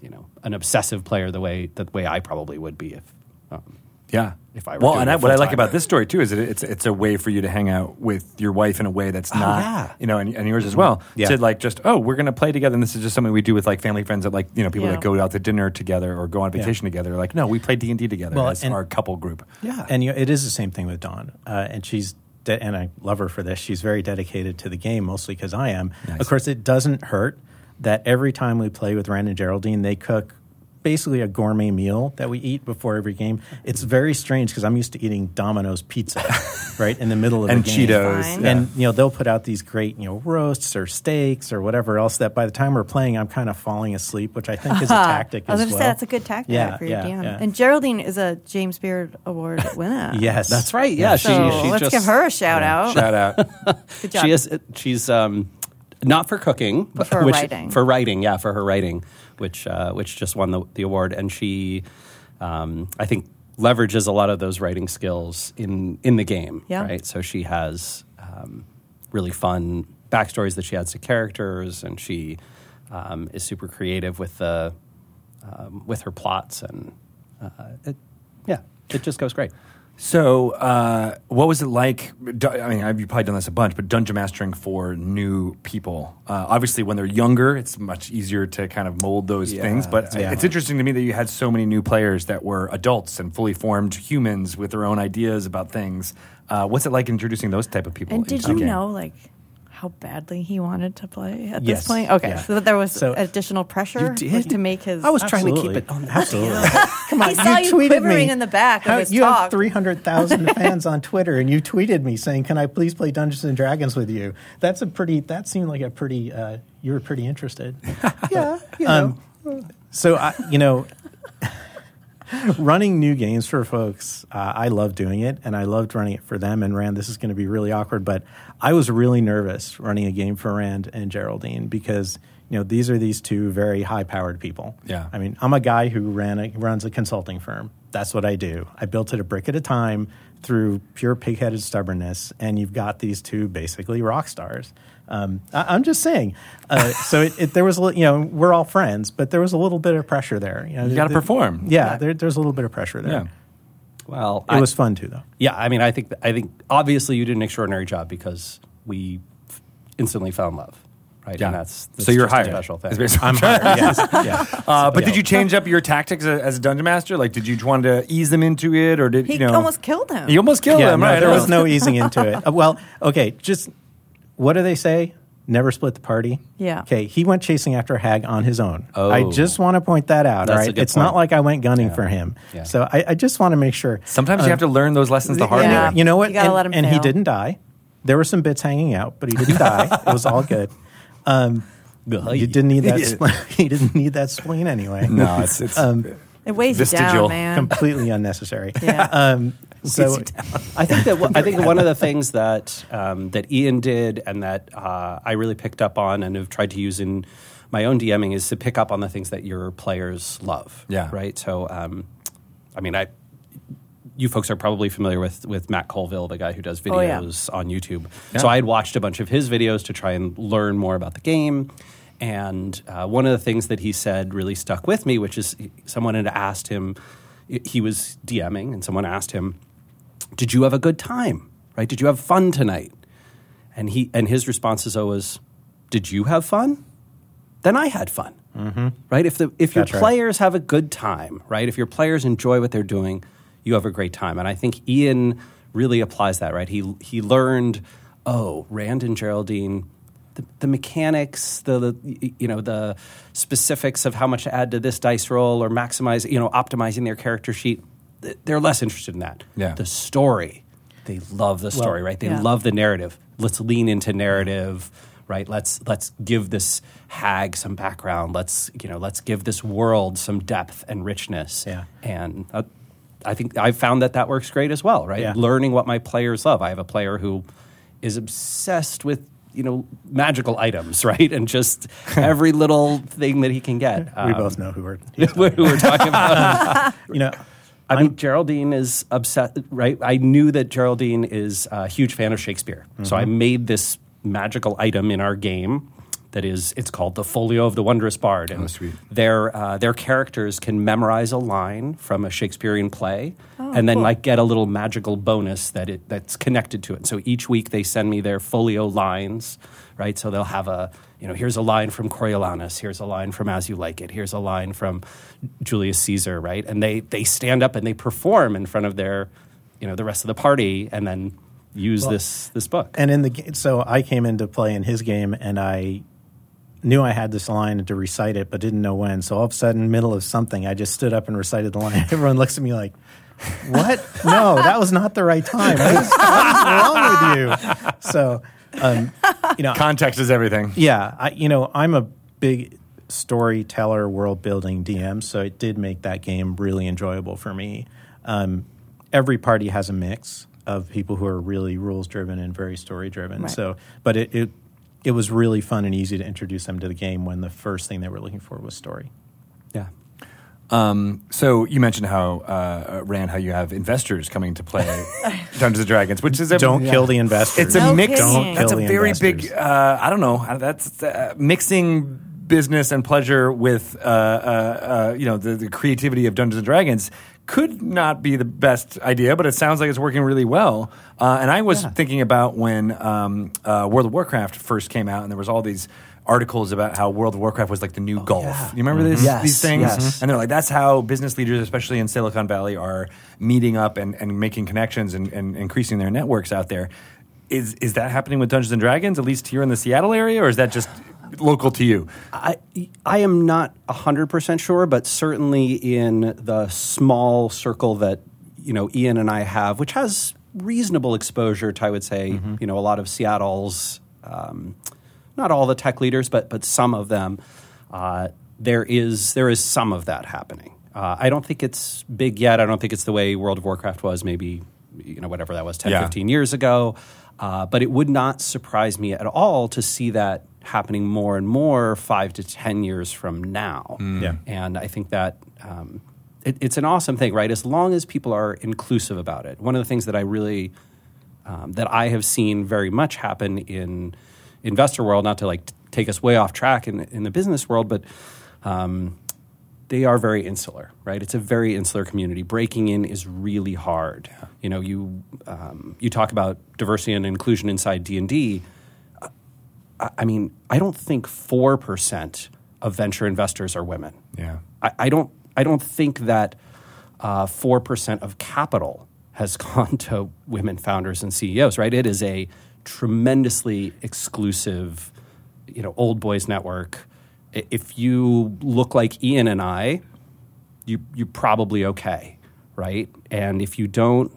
you know, an obsessive player the way the way I probably would be if. Um, Yeah. If I were well, doing and it I, what I like full-time. about this story too is that it's it's a way for you to hang out with your wife in a way that's not Oh, yeah. you know and, and yours as well. Yeah. To like just oh we're gonna play together and this is just something we do with like family friends that like you know people Yeah. that go out to dinner together or go on vacation together. Like no, we play D and D together Well, as and- our couple group. Yeah, and you know, it is the same thing with Dawn, uh, and she's de- and I love her for this. She's very dedicated to the game, mostly because I am. Of course, it doesn't hurt that every time we play with Rand and Geraldine, they cook basically a gourmet meal that we eat before every game. It's very strange because I'm used to eating Domino's pizza, right in the middle of and a game. Cheetos. Fine. yeah. And you know they'll put out these great you know roasts or steaks or whatever else that by the time we're playing I'm kind of falling asleep, which I think is a tactic. Uh-huh. I was as going to well. say that's a good tactic Yeah, for your yeah, DM. yeah. And Geraldine is a James Beard Award winner. Yes, That's right. Yeah, she, So she let's just, give her a shout out. Shout out. Good job. She is. She's um, not for cooking, but for which, writing. For writing, yeah, for her writing, which uh, which just won the, the award, and she, um, I think, leverages a lot of those writing skills in in the game. Yeah. Right. So she has um, really fun backstories that she adds to characters, and she um, is super creative with the um, with her plots, and uh, it, yeah, it just goes great. So, uh, what was it like? du- I mean, I've- you've probably done this a bunch, but dungeon mastering for new people. Uh, obviously, when they're younger, it's much easier to kind of mold those things. But Yeah. it's interesting to me that you had so many new players that were adults and fully formed humans with their own ideas about things. Uh, what's it like introducing those type of people? And did into you the game? know, like, how badly he wanted to play at Yes. this point? Okay, Yeah. so that there was So- additional pressure You like, did? to make his. I was trying to Absolutely. keep it on. Absolutely. Come on, I saw you, tweeted quivering me. in the back How- of his you have talk. 300,000 fans on Twitter, and you tweeted me saying, "Can I please play Dungeons and Dragons with you?" That's a pretty. That seemed like a pretty. Uh, you were pretty interested. Yeah, you know. Um, so I, you know, running new games for folks, uh, I love doing it, and I loved running it for them. And Rand, this is going to be really awkward, but I was really nervous running a game for Rand and Geraldine because you know these are these two very high-powered people. Yeah. I mean, I'm a guy who ran a, runs a consulting firm. That's what I do. I built it a brick at a time through pure pig-headed stubbornness, and you've got these two basically rock stars. Um, I, I'm just saying. Uh, so it, it, there was, a li- you know, we're all friends, but there was a little bit of pressure there. You, know, You gotta the- the- perform. Yeah, Uh, there, there's a little bit of pressure there. Yeah. well, It I- was fun too, though. Yeah, I mean, I think I think obviously you did an extraordinary job because we f- instantly fell in love, right? Yeah. And that's, that's so you're just a hired. special thing. Is basically what I'm trying- Uh, but did you change up your tactics a- as a dungeon master? Like, did you want to ease them into it, or did He you know? almost killed him. You almost killed yeah, them, no, right? there was I don't no easing into it. Uh, well, okay, just what do they say? Never split the party. Yeah. Okay, he went chasing after Hag on his own. Oh. I just want to point that out. That's all a right, good it's point. not like I went gunning for him. Yeah. So I, I just want to make sure. Sometimes you Um, have to learn those lessons the hard Yeah. way. You know what? You gotta and let him and he fail. didn't die. There were some bits hanging out, but he didn't die. It was all good. Um, you didn't need that. Spleen. he didn't need that spleen anyway. No, it's it's um, it weighs you Vestigial. down, man. completely unnecessary. Yeah. Um, so I think that one- I think one of the things that um, that Ian did and that uh, I really picked up on and have tried to use in my own DMing is to pick up on the things that your players love. Yeah. Right. So, um, I mean, I you folks are probably familiar with with Matt Colville, the guy who does Oh, yeah. videos on YouTube. Yeah. So I had watched a bunch of his videos to try and learn more about the game. And uh, one of the things that he said really stuck with me, which is someone had asked him, he was DMing, and someone asked him, "Did you have a good time? Right? Did you have fun tonight?" And he and his response is always, "Did you have fun? Then I had fun." Right? If the if your Mm-hmm. That's right. players have a good time, right? If your players enjoy what they're doing, you have a great time. And I think Ian really applies that, right? He he learned, oh, Rand and Geraldine the, the mechanics, the, the you know the specifics of how much to add to this dice roll or maximize, you know, optimizing their character sheet, th- they're less interested in that. Yeah. The story, they love the story, right? They yeah. love the narrative. Let's lean into narrative, right? Let's let's give this hag some background. Let's you know let's give this world some depth and richness. Yeah. and. Uh, I think I've found that that works great as well, right? Yeah. Learning what my players love. I have a player who is obsessed with you know magical items, right? And just every little thing that he can get. Um, we both know who we're. who we're talking about. You know, I mean, Geraldine is obsessed, right? I knew that Geraldine is a huge fan of Shakespeare. So I made this magical item in our game that is, it's called the Folio of the Wondrous Bard. And sweet. Their, uh, their characters can memorize a line from a Shakespearean play and then, like, get a little magical bonus that it, that's connected to it. So each week they send me their folio lines, right? So they'll have a, you know, here's a line from Coriolanus, here's a line from As You Like It, here's a line from Julius Caesar, right? And they they stand up and they perform in front of their, you know, the rest of the party, and then use this this book. and in the ga- so I came into play in his game, and I knew I had this line to recite it, but didn't know when. So all of a sudden, middle of something, I just stood up and recited the line. Everyone looks at me like, "What? no, that was not the right time. What is, what's wrong with you?" So, um, you know, Context is everything. yeah, I, you know, I'm a big storyteller, world building DM, so it did make that game really enjoyable for me. Um, every party has a mix of people who are really rules driven and very story driven. Right. So, but it, it it was really fun and easy to introduce them to the game when the first thing they were looking for was story. Yeah. Um, so you mentioned how uh, uh, Rand, how you have investors coming to play Dungeons and Dragons, which is a, Don't kill the investors. It's a No mix. kidding. Don't that's kill a the very investors. big. Uh, I don't know. That's uh, mixing business and pleasure with uh, uh, uh, you know the, the creativity of Dungeons and Dragons could not be the best idea, but it sounds like it's working really well. Uh, and I was thinking about when um, uh, World of Warcraft first came out, and there was all these. Articles about how World of Warcraft was like the Oh, new golf. You remember this, Mm-hmm. Yes, these things? yes. And they're like, that's how business leaders, especially in Silicon Valley, are meeting up and, and making connections and, and increasing their networks out there. Is is that happening with Dungeons and Dragons, at least here in the Seattle area, or is that just local to you? I, I am not 100% sure, but certainly in the small circle that, you know, Ian and I have, which has reasonable exposure to, I would say, you know, a lot of Seattle's, um, not all the tech leaders, but, but some of them, uh, there, is, there is some of that happening. Uh, I don't think it's big yet. I don't think it's the way World of Warcraft was maybe, you know, whatever that was, 10, Yeah. 15 15 years ago. Uh, but it would not surprise me at all to see that happening more and more five to 10 years from now. Yeah. And I think that um, it, it's an awesome thing, right? As long as people are inclusive about it. One of the things that I really, um, that I have seen very much happen in investor world, not to like t- take us way off track in, in the business world, but um, they are very insular, right? It's a very insular community. Breaking in is really hard. You know, you um, you talk about diversity and inclusion inside D and D. I mean, I don't think four percent of venture investors are women. Yeah. I, I don't. I don't think that uh, four percent of capital has gone to women founders and CEOs. Right? It is a tremendously exclusive, you know, old boys network. I- If you look like Ian and I, you you're probably okay, right? And if you don't,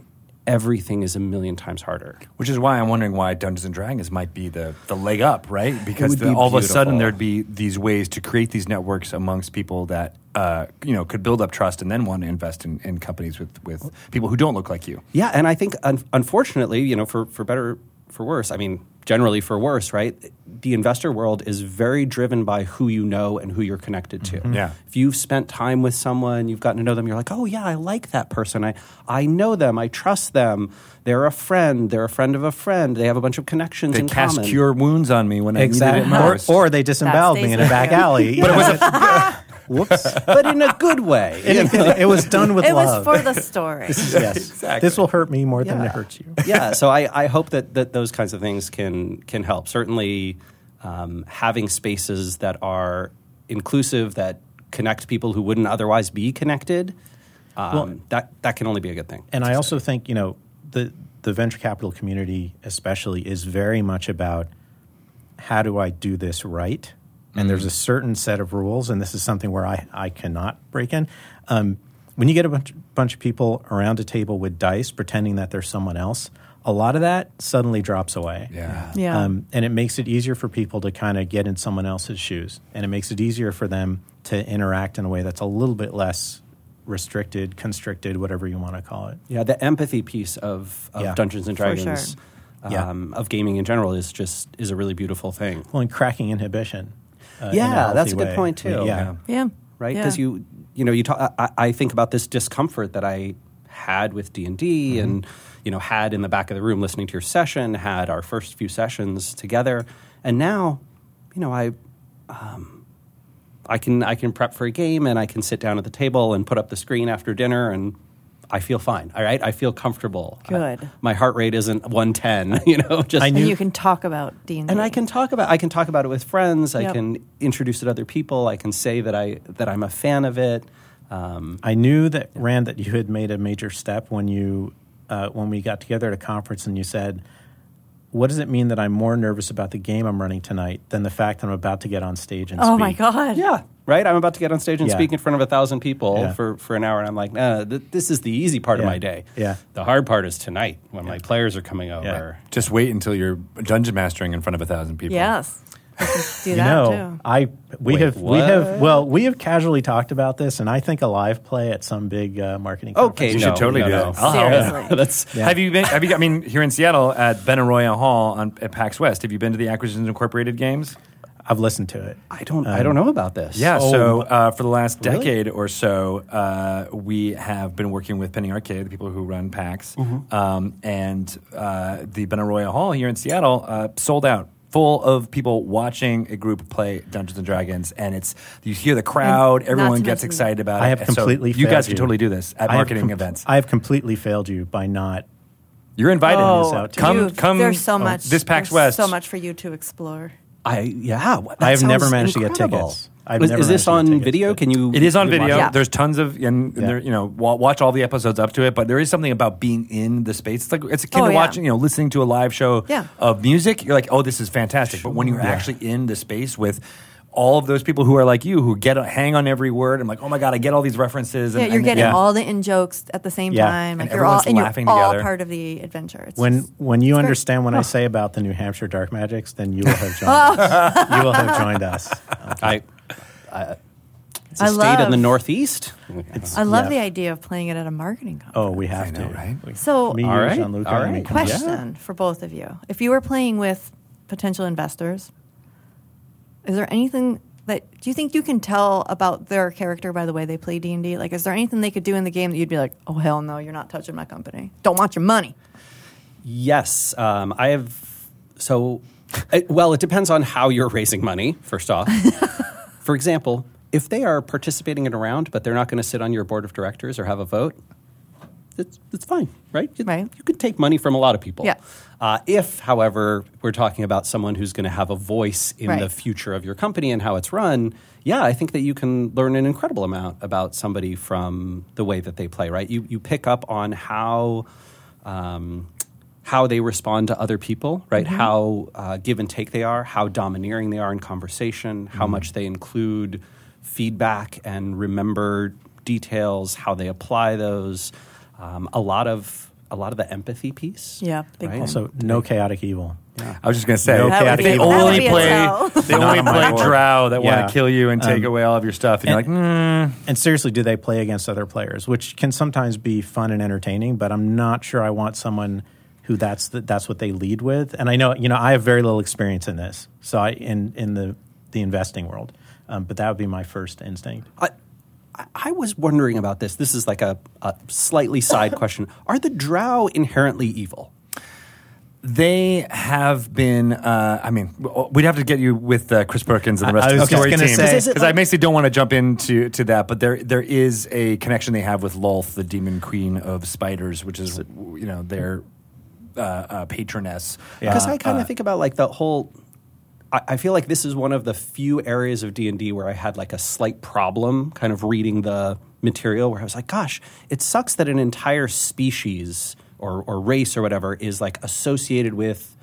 everything is a million times harder. Which is why I'm wondering why Dungeons and Dragons might be the, the leg up, right? Because would the- be all of a sudden beautiful. there'd be these ways to create these networks amongst people that uh, you know could build up trust and then want to invest in, in companies with, with people who don't look like you. Yeah, and I think un- unfortunately, you know, for for better for worse, I mean, generally for worse, right? The investor world is very driven by who you know and who you're connected to. Mm-hmm. Yeah. If you've spent time with someone, you've gotten to know them, you're like, "Oh yeah, I like that person. I I know them. I trust them. They're a friend. They're a friend of a friend. They have a bunch of connections They in cast common." cure wounds on me when I needed it Or, most. or they disemboweled me in a Stacy's back idea. alley. but it was, whoops. but in a good way. you know? it was done with It love. was for the story. yes. This will hurt me more than it Yeah. hurts you. yeah. So I, I hope that, that those kinds of things can can help. Certainly, um, having spaces that are inclusive that connect people who wouldn't otherwise be connected. Um, that that can only be a good thing. And I also think you know the the venture capital community, especially, is very much about how do I do this right. And there's a certain set of rules, and this is something where I, I cannot break in. Um, when you get a bunch, bunch of people around a table with dice pretending that they're someone else, a lot of that suddenly drops away. yeah. Yeah. Um, and it makes it easier for people to kind of get in someone else's shoes. And it makes it easier for them to interact in a way that's a little bit less restricted, constricted, whatever you want to call it. Yeah, the empathy piece of, of Yeah. Dungeons and For sure. Dragons, Yeah. um, of gaming in general, is just is a really beautiful thing. Well, and cracking inhibition. uh, in a Yeah, that's healthy a good way. point, too. Yeah. Yeah. yeah. right? Yeah. Because you, you know, you talk. I, I think about this discomfort that I had with D and D, and Mm-hmm. you know, had in the back of the room listening to your session, had our first few sessions together, and now, you know, I, um, I can I can prep for a game, and I can sit down at the table and put up the screen after dinner, and I feel fine. All right, I feel comfortable. Good. I- my heart rate isn't one ten. You know, just I And knew- you can talk about D and I can talk about I can talk about it with friends. I Yep. can introduce it to other people. I can say that I that I'm a fan of it. Um, I knew that Rand that you had made a major step when you uh, when we got together at a conference and you said what does it mean that I'm more nervous about the game I'm running tonight than the fact that I'm about to get on stage and Oh speak? my God. Yeah, right. I'm about to get on stage and Yeah. speak in front of a thousand people Yeah. for, for an hour, and I'm like, nah, th- this is the easy part Yeah. of my day. Yeah. the hard part is tonight when my players are coming over. Just wait until you're dungeon mastering in front of a thousand people. Yes. We should do You that know, too. I we Wait, have we what? have well we have casually talked about this, and I think a live play at some big uh, marketing. Okay, conference. You no, should totally no, do no. that. I'll help. Seriously. That's Have you been? Have you? I mean, here in Seattle at Benaroya Hall on, at PAX West, have you been to the Acquisitions Incorporated games? I've listened to it. I don't I don't know about this. Yeah. Oh, so my- uh, for the last Really? decade or so, uh, we have been working with Penny Arcade, the people who run PAX, Mm-hmm. um, and uh, the Benaroya Hall here in Seattle uh, sold out. Full of people watching a group play Dungeons and Dragons, and it's you hear the crowd, And not everyone to gets mention- excited about it. I have So completely. you failed guys can totally do this at I have marketing com- events. I have completely failed you by not. You're invited. Oh, out too. come, you- come. There's so oh, much. This PAX there's West. So much for you to explore. I yeah. wha- that I have never sounds managed to get incredible. tickets. I've is, never is managed this to get on tickets, video? but- Can you? It is on you can video. watch Yeah. There's tons of and, and there, you know wa- watch all the episodes up to it. But there is something about being in the space. It's like it's akin Oh, to yeah. watching you know listening to a live show Yeah. of music. You're like, oh, this is fantastic. But when you're actually in the space with all of those people who are like you who get a hang on every word. I'm like, oh my god, I get all these references. Yeah, you're and- getting Yeah. all the in jokes at the same Yeah. time. And Like you're all everyone's and you're laughing all together. part of the adventure. It's When just- when you great. understand Oh. what I say about the New Hampshire Dark Magics, then you will have joined us. Oh. You will have joined us. I, I, it's a I state in love- the Northeast. I love yeah. the idea of playing it at a marketing conference. Oh, we have I know, to. right? We- So- me, All you, right, Jean-Luc, all and right. we can- Question for both of you: If you were playing with potential investors, is there anything that do you think you can tell about their character by the way they play D anD D? Like, is there anything they could do in the game that you'd be like, "Oh hell no, you're not touching my company. Don't want your money." Yes, um, I have. So, I, well, it depends on how you're raising money. First off, for example, if they are participating in a round, but they're not going to sit on your board of directors or have a vote, it's, it's fine, right? You, Right. You can take money from a lot of people. Yeah. Uh, if, however, we're talking about someone who's going to have a voice in Right. the future of your company and how it's run, yeah, I think that you can learn an incredible amount about somebody from the way that they play, right? You, you pick up on how. Um, how they respond to other people, right? Mm-hmm. How uh, give and take they are, how domineering they are in conversation, how Mm-hmm. much they include feedback and remember details, how they apply those. Um, a lot of a lot of the empathy piece. Yeah, big right? time. Also, no chaotic evil. I was just gonna say No they That would be- they that would only be a tell. play they Not only on my play board. drow that Yeah. want to kill you and take away all of your stuff. Um, And, you're like, mm, And seriously, do they play against other players, which can sometimes be fun and entertaining, but I'm not sure I want someone who that's the, that's what they lead with. And I know, you know, I have very little experience in this. So I in in the the investing world. Um, but that would be my first instinct. I, I- I was wondering about this. This is like a, a slightly side question. Are the Drow inherently evil? They have been. Uh, I mean, w- we'd have to get you with uh, Chris Perkins and the rest I- I of the was just story gonna team say- Is because it I like- basically don't want to jump into to that. But there there is a connection they have with Lolth, the demon queen of spiders, which is you know their uh, uh, patroness. because I kind of think about like the whole. I, I feel like this is one of the few areas of D anD D where I had like a slight problem, kind of reading the material, where I was like, "Gosh, it sucks that an entire species or, or race or whatever is like associated with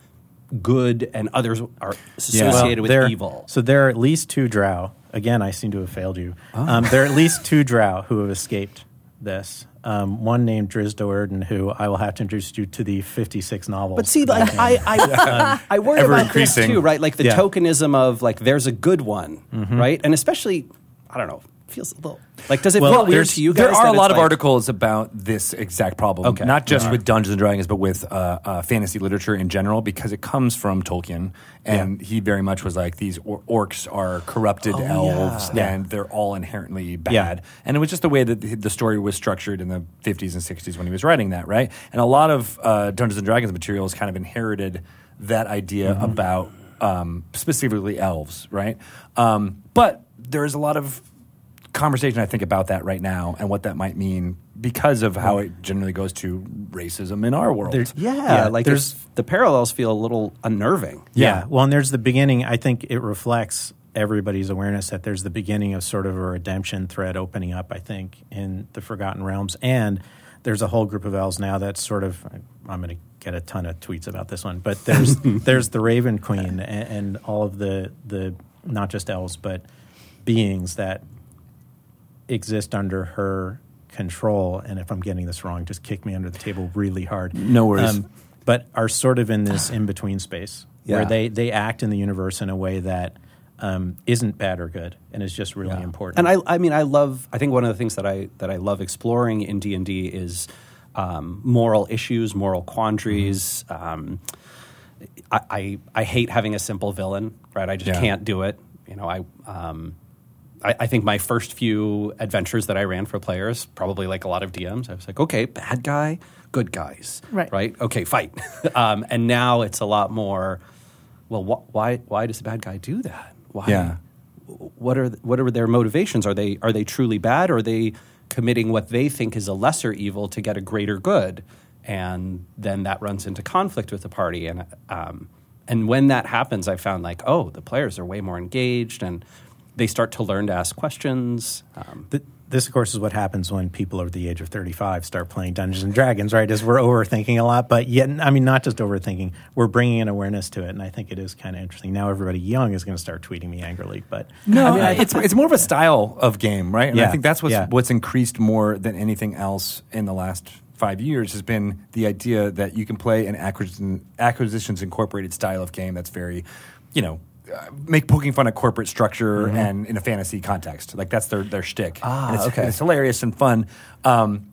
good, and others are associated there- with evil." So there are at least two drow. Again, I seem to have failed you. Oh. Um, there are at least two drow who have escaped this. Um, one named Drizdo Erden, who I will have to introduce you to the 56 novels. But see, like, I, I, I worry Ever about increasing. this too, right? Like the Yeah. tokenism of like there's a good one, Mm-hmm. right? And especially, I don't know, feels a little like does it feel weird there's- to you guys? there are that a it's lot of like- articles about this exact problem, Okay. not just with Dungeons and Dragons, but with uh, uh, fantasy literature in general, because it comes from Tolkien, and he very much was like these or- orcs are corrupted Oh, elves, and they're all inherently bad. And it was just the way that the the story was structured in the 50s and 60s when he was writing that, right? And a lot of uh, Dungeons and Dragons materials kind of inherited that idea about um, specifically elves, right? Um, but there's a lot of conversation I think about that right now and what that might mean because of how it generally goes to racism in our world. Yeah, Yeah, like there's- there's the parallels feel a little unnerving. Yeah. Yeah. Well, and there's the beginning. I think it reflects everybody's awareness that there's the beginning of sort of a redemption thread opening up, I think, in the Forgotten Realms. And there's a whole group of elves now that's sort of, I'm going to get a ton of tweets about this one, but there's there's the Raven Queen and, and all of the the not just elves but beings that exist under her control. And if I'm getting this wrong, just kick me under the table really hard. Um, No worries. but are sort of in this in between space where Yeah. they they act in the universe in a way that um, isn't bad or good and is just really important. And I, I mean, I love. I think one of the things that I that I love exploring in D anD D is um, moral issues, moral quandaries. Um, I, I I hate having a simple villain, right? I just Yeah. can't do it. You know, I. Um, I, I think my first few adventures that I ran for players, probably like a lot of DMs, I was like, okay, bad guy, good guys, Right. Right? Okay, fight. um, and now it's a lot more. Well, wh- why why does the bad guy do that? Why? Yeah. what are what are their motivations? Are they are they truly bad? Or are they committing what they think is a lesser evil to get a greater good? And then that runs into conflict with the party. And um, and when that happens, I found like oh, the players are way more engaged, and they start to learn to ask questions. Um, Th- this, of course, is what happens when people over the age of 35 start playing Dungeons and Dragons, right? Is we're overthinking a lot, but yet, I mean, not just overthinking, we're bringing an awareness to it. And I think it is kind of interesting. Now, everybody young is going to start tweeting me angrily, but No, it's it's more of a style of game, right? And I Yeah, think that's what's yeah. what's increased more than anything else in the last five years has been the idea that you can play an acquisition, acquisitions incorporated style of game that's very, you know. Uh, make poking fun of corporate structure and in a fantasy context, like that's their their shtick. Ah, and it's, okay. and it's hilarious and fun. Um,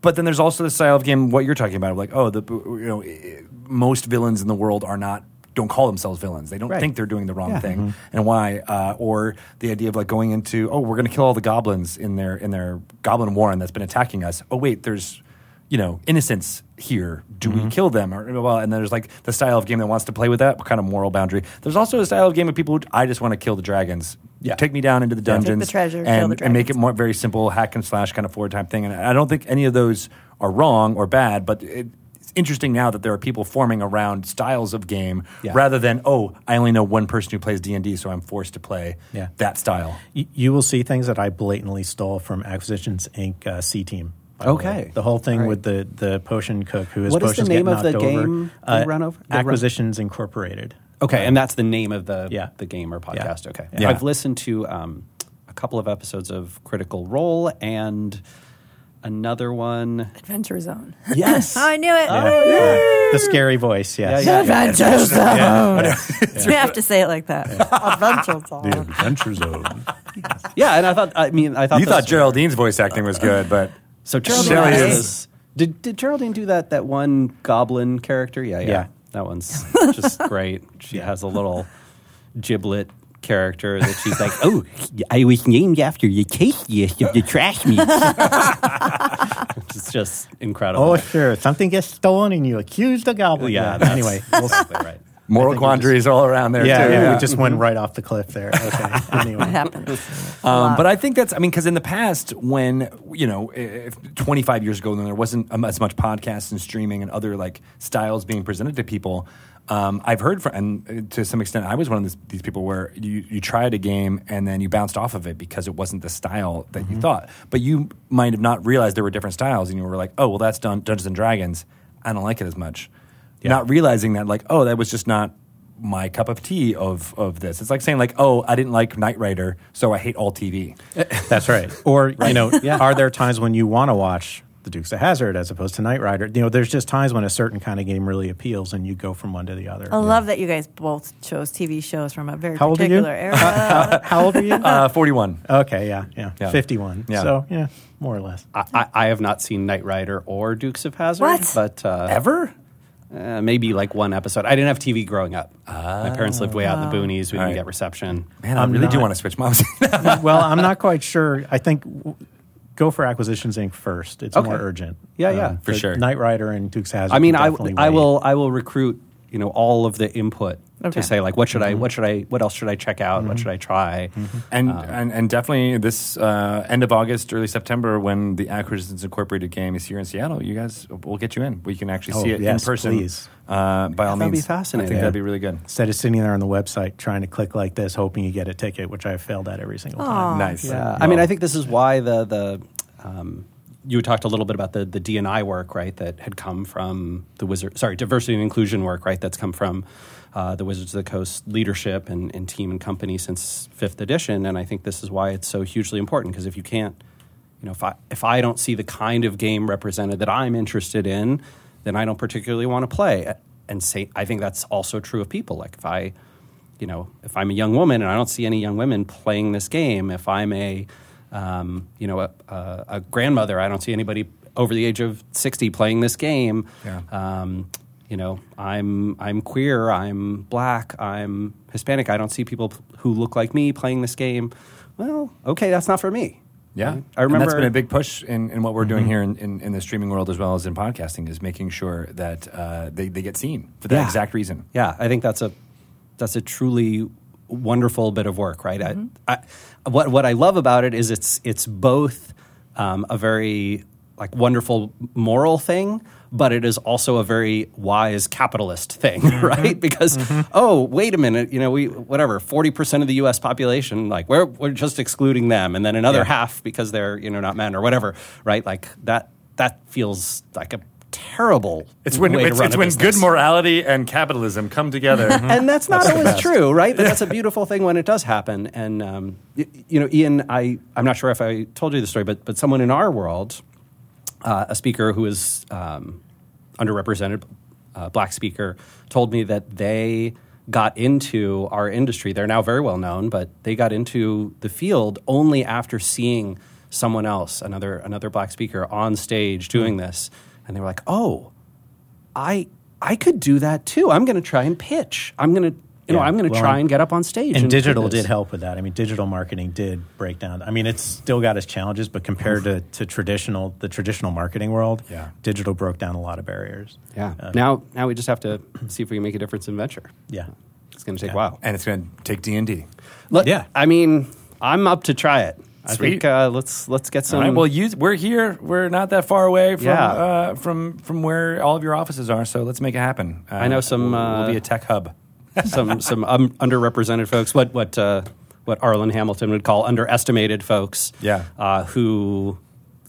but then there's also the style of game what you're talking about, like oh, the you know, eh, most villains in the world are not don't call themselves villains. They don't think they're doing the wrong thing Mm-hmm. and why. Uh, or the idea of like going into oh, we're going to kill all the goblins in their in their goblin warren that's been attacking us. Oh wait, there's you know innocents here. Do Mm-hmm. we kill them? Or, well, and then there's like the style of game that wants to play with that what kind of moral boundary. There's also a style of game of people who I just want to kill the dragons. Yeah. Take me down into the Take the dungeons treasure, kill and, the and make it dragons. more very simple hack and slash kind of forward type thing. And I don't think any of those are wrong or bad, but it, it's interesting now that there are people forming around styles of game Yeah. rather than oh, I only know one person who plays D and D, so I'm forced to play Yeah. that style. y- you will see things that I blatantly stole from Acquisitions Inc. Uh, C Team. by the way. Okay. The whole thing All right. with the, the potion cook who is What is the potions name get of the knocked over. uh, game they run over- they run- Acquisitions Incorporated. okay, and that's the name of the Yeah. the game or podcast. Okay, Yeah. I've listened to um, a couple of episodes of Critical Role and another one. Adventure Zone. Yes, I knew it. Oh, Yeah. The scary voice, yes. Oh, Yeah, Adventure Zone. You have to say it like that. Adventure The Zone. Adventure Zone. yeah, and I thought. I mean, I thought You those- thought Geraldine's voice acting was good, but So Geraldine Shelly has- is- Did did Geraldine do that that one goblin character? Yeah, yeah. Yeah. That one's just great. She has a little giblet character that she's like, "Oh, I was named after the tastiest of the trash meats." it's just incredible. Oh, sure. Something gets stolen and you accuse the goblin. yeah. But that's anyway, we'll exactly right. Mm-hmm. moral think we just- quandaries all around there yeah, too. yeah, we just went right off the cliff there. Okay. It Anyway. happens. Um, but I think that's, I mean, because in the past, when, you know, if 25 years ago, then there wasn't um, as much podcasts and streaming and other like styles being presented to people. Um, I've heard from, and uh, to some extent, I was one of these, these people where you, you tried a game and then you bounced off of it because it wasn't the style that you thought. But you might have not realized there were different styles and you were like, oh, well, that's done Dungeons and Dragons. I don't like it as much. Not realizing that, like, oh, that was just not my cup of tea of of this. It's like saying like, oh, I didn't like Knight Rider, so I hate all TV. That's right. Or you know, are there times when you want to watch The Dukes of Hazard as opposed to Knight Rider? You know, there's just times when a certain kind of game really appeals, and you go from one to the other. I love that you guys both chose TV shows from a very How old are you? particular era. How old are you? Uh, Forty one. okay, yeah, yeah, Yeah. fifty-one. Yeah. So yeah, more or less. I, I, I have not seen Knight Rider or Dukes of Hazard, What? but uh, Ever? Uh, maybe like one episode. I didn't have TV growing up. My parents lived way out in the boonies. We didn't Alright. get reception. Man, I I'm really do not- want to switch moms. well, I'm not quite sure. I think w- go for Acquisitions Inc. first. It's Okay. more urgent. Um, Yeah, yeah, for but sure. Knight Rider and Dukes of Hazard. I mean, can I, definitely I wait. will I will recruit you know all of the input Okay. to say like what should I what should I what else should I check out what should I try and, and and definitely this uh, end of August, early September, when the Acquisitions Incorporated game is here in Seattle, you guys will get you in. We can actually Oh, see it yes, in person. please. Uh, by all That'd be means, I fascinating. think that'd be really good. Instead of sitting there on the website trying to click like this, hoping you get a ticket, which I've failed at every single time. Nice. yeah I mean I think this is why the the um, you had talked a little bit about the the D and I work, right? That had come from the wizard. Sorry, diversity and inclusion work, right? That's come from uh, the Wizards of the Coast leadership and, and team and company since fifth edition. And I think this is why it's so hugely important because if you can't, you know, if I if I don't see the kind of game represented that I'm interested in, then I don't particularly want to play. And say, I think that's also true of people. Like if I you know, if I'm a young woman and I don't see any young women playing this game, if I'm a, um, you know, a, a, a grandmother, I don't see anybody over the age of 60 playing this game. Yeah. Um, you know, I'm I'm queer, I'm black, I'm Hispanic. I don't see people p- who look like me playing this game. Well, okay, that's not for me. Yeah, I And that's remember- been a big push in, in what we're doing here in, in, in the streaming world as well as in podcasting is making sure that uh, they, they get seen for that Yeah. exact reason. Yeah, I think that's a that's a truly wonderful bit of work, right? Mm-hmm. I, I, what what I love about it is it's it's both um, a very like wonderful moral thing, but it is also a very wise capitalist thing, Mm-hmm. right? Because oh, wait a minute, you know we whatever forty percent of the U.S. population, like we're we're just excluding them, and then another Yeah. half because they're you know not men or whatever, right? Like that that feels like a terrible It's when, way it's, to run it's a when business good morality and capitalism come together. and that's not always true, right? But that's a beautiful thing when it does happen. And um, y- you know, Ian, I I'm not sure if I told you the story, but but someone in our world, uh, a speaker who is um, underrepresented, uh, black speaker, told me that they got into our industry. They're now very well known, but they got into the field only after seeing someone else, another another black speaker on stage doing this, and they were like, oh. I I could do that too. I'm going to try and pitch. I'm going to you know Yeah, I'm going to well, try and- and get up on stage. And digital do this. did help with that. I mean, digital marketing did break down. I mean, it's still got its challenges, but compared to, to traditional, the traditional marketing world, Yeah. digital broke down a lot of barriers. Yeah. Uh, now now we just have to see if we can make a difference in venture. yeah. It's going to take Yeah. a while. And it's going to take D and D. Look, Yeah. I mean, I'm up to try it. I Sweet. think uh, let's let's get some. All right. Well, you, we're here. We're not that far away from Yeah. uh, from from where all of your offices are. So let's make it happen. Uh, I know some, We'll, uh, we'll be a tech hub. some some um, underrepresented folks, what what uh, what Arlen Hamilton would call underestimated folks, Yeah. uh, who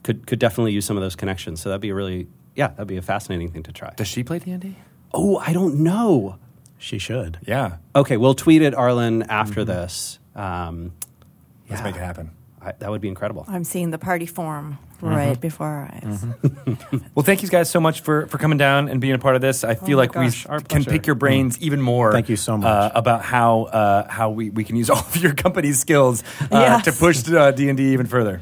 could could definitely use some of those connections. So that'd be a really yeah, that'd be a fascinating thing to try. Does she play D and D? Oh, I don't know. She should. Yeah. Okay, we'll tweet it, Arlen, after this. Um, Let's yeah. make it happen. I, that would be incredible. I'm seeing the party form Mm-hmm. right before our eyes. Well, thank you guys so much for, for coming down and being a part of this. I feel Oh my like gosh, we our can pleasure. Mm. pick your brains even more. Thank you so much. uh, about how uh, how we, we can use all of your company's skills uh, Yes. to push D and D even further.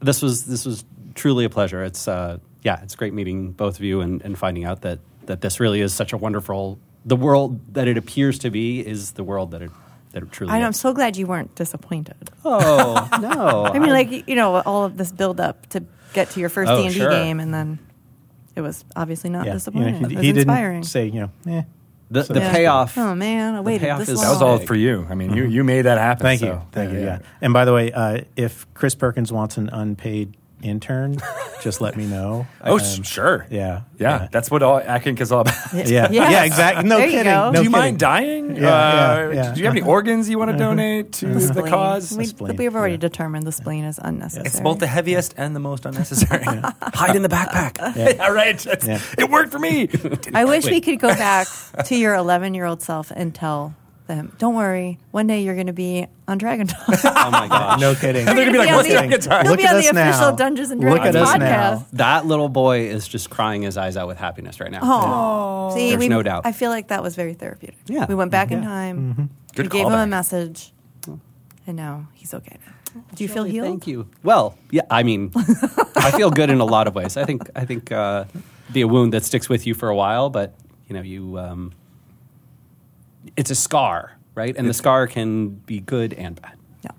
This was this was truly a pleasure. It's uh, yeah, it's great meeting both of you and, and finding out that that this really is such a wonderful. The world that it appears to be is the world that it that it truly I know, I'm is. so glad you weren't disappointed. Oh no! I mean, like you know, all of this build up to get to your first Oh, D and D sure. game, and then it was obviously not Yeah. disappointing. You know, he it was he inspiring. didn't say, you know, eh. the, So the that's payoff. oh man, I waited payoff this is- long. That was all for you. I mean, you you made that happen. Mm-hmm. Thank so- you. Thank you. Yeah. And by the way, uh, if Chris Perkins wants an unpaid intern, just let me know. Oh, Um, s- sure. yeah, Yeah. yeah. That's what all Atkink is all about. Yeah. Yeah. Yes. Yeah, exactly. No There you kidding. go. No do you kidding. mind dying? uh, Yeah, yeah, yeah. Do you have any organs you want to donate to The the spleen. cause? We, spleen, have already yeah. determined the spleen is unnecessary. It's both the heaviest and the most unnecessary. Hide in the backpack. Yeah, Yeah. right. That's- Yeah. It worked for me. I wish we could go back to your 11 year old self and tell them, "Don't worry, one day you're going to be on Dragon Talk." Oh my gosh! No kidding. they're uh, gonna be like, Yeah, "What's we- Dragon Talk?" You'll Look be at on us the now. official Dungeons and Look Dragons at us podcast. now. That little boy is just crying his eyes out with happiness right now. Oh, see, There's we, no doubt. I feel like that was very therapeutic. Yeah. we went back in time. Good we gave him a callback. message, and now he's okay. Do you feel Shelley, healed? Thank you. Well, yeah, I mean, I feel good in a lot of ways. I think I think uh, be a wound that sticks with you for a while, but you know, you um, it's a scar, right? And the scar can be good and bad. No,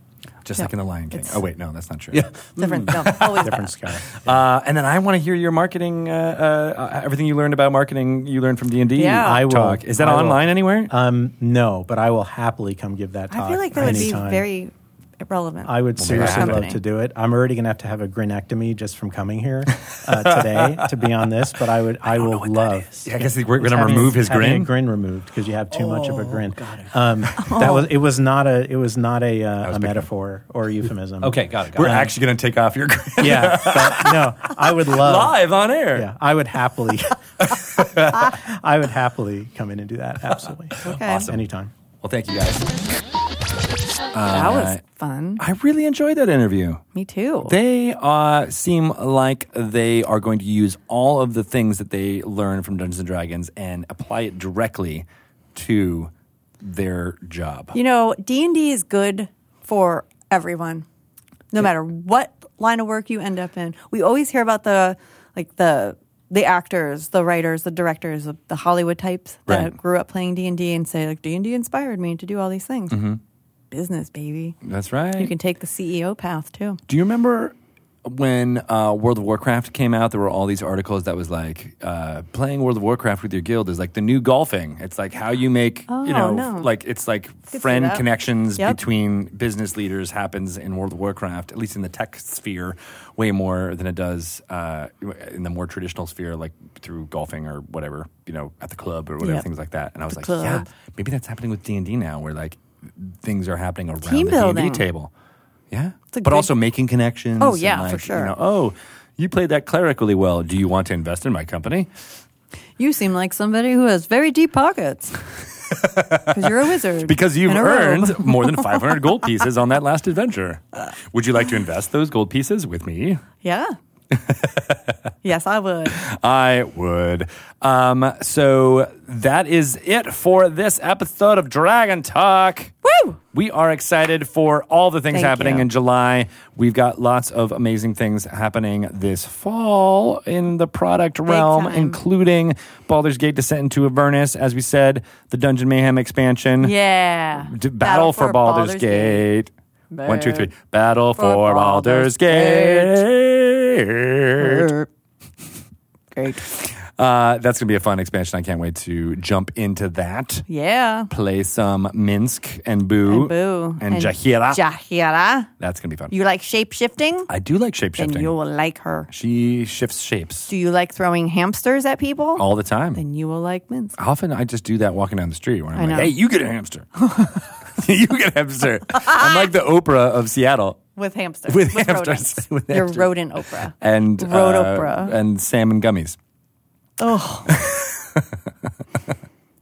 Just Yeah. like in The Lion King. It's- Oh, wait, no, that's not true. different. No, always Different different. sky. Uh, and then I want to hear your marketing, uh, uh, uh, everything you learned about marketing, you learned from D&D Yeah. I will. talk. Is that I will. Uh, online anywhere? Um, no, but I will happily come give that talk. I feel like that would be anytime. very relevant. I would for your seriously love company. to do it. I'm already going to have to have a grinectomy just from coming here uh, today to be on this, but I would I, will love. Yeah, I guess we're going to having- remove his having grin. A grin removed because you have too much of a grin. Um, That was it. Was not a it was not a uh, a metaphor or a euphemism. Okay, got it. Got We're Um, it. actually going to take off your grin Yeah, but no, I would love live on air. Yeah, I would happily. I would happily come in and do that. Absolutely. Okay. Awesome. Anytime. Well, thank you guys. that was right. fun. Uh, I really enjoyed that interview. Me too. They uh, seem like they are going to use all of the things that they learn from Dungeons and Dragons and apply it directly to their job. you know, D and D is good for everyone, no matter what line of work you end up in. We always hear about the like the the actors, the writers, the directors, the, the Hollywood types that Right. grew up playing D and D and say like D and D inspired me to do all these things. Business, baby. That's Mm-hmm. right. You can take the CEO path too. Do you remember when uh, World of Warcraft came out? There were all these articles that was like uh, playing World of Warcraft with your guild is like the new golfing. It's like how you make you Oh, know no. like it's like see friend that. connections Yep. between business leaders happens in World of Warcraft, at least in the tech sphere, way more than it does uh, in the more traditional sphere, like through golfing or whatever you know at the club or whatever Yep. things like that. And I was like, club. yeah, maybe that's happening with D and D now, where like things are happening around Team the D and D building. table. Yeah, a but good- also making connections. Oh, and, yeah, for like, sure. You know, oh, you played that cleric really well. Do you want to invest in my company? You seem like somebody who has very deep pockets because you're a wizard. Because you've and a robe. earned more than 500 gold pieces on that last adventure. Would you like to invest those gold pieces with me? Yeah. yes, I would. I would. Um, so that is it for this episode of Dragon Talk. Woo! We are excited for all the things Thank happening you. in July. We've got lots of amazing things happening this fall in the product realm, time. including Baldur's Gate Descent into Avernus, as we said, the Dungeon Mayhem expansion. Yeah. D- Battle, for, Baldur's, Gate. One, two, three. Battle for, for Baldur's Baldur's Gate. Great. Uh, that's going to be a fun expansion. I can't wait to jump into that. Yeah. Play some Minsk and Boo And Boo. and, Jahira. Jahira. that's going to be fun. You like shape shifting? I do like Then shapeshifting. you will like her. She shifts shapes Do you like throwing hamsters at people? all the time. Then you will like Minsk. Often I just do that walking down the street where I'm I like, know. hey, you get a hamster. you get a hamster. I'm like the Oprah of Seattle. With hamsters. With hamsters. rodents. With You're hamsters. rodent Oprah. And uh, Road Oprah. and salmon gummies. oh.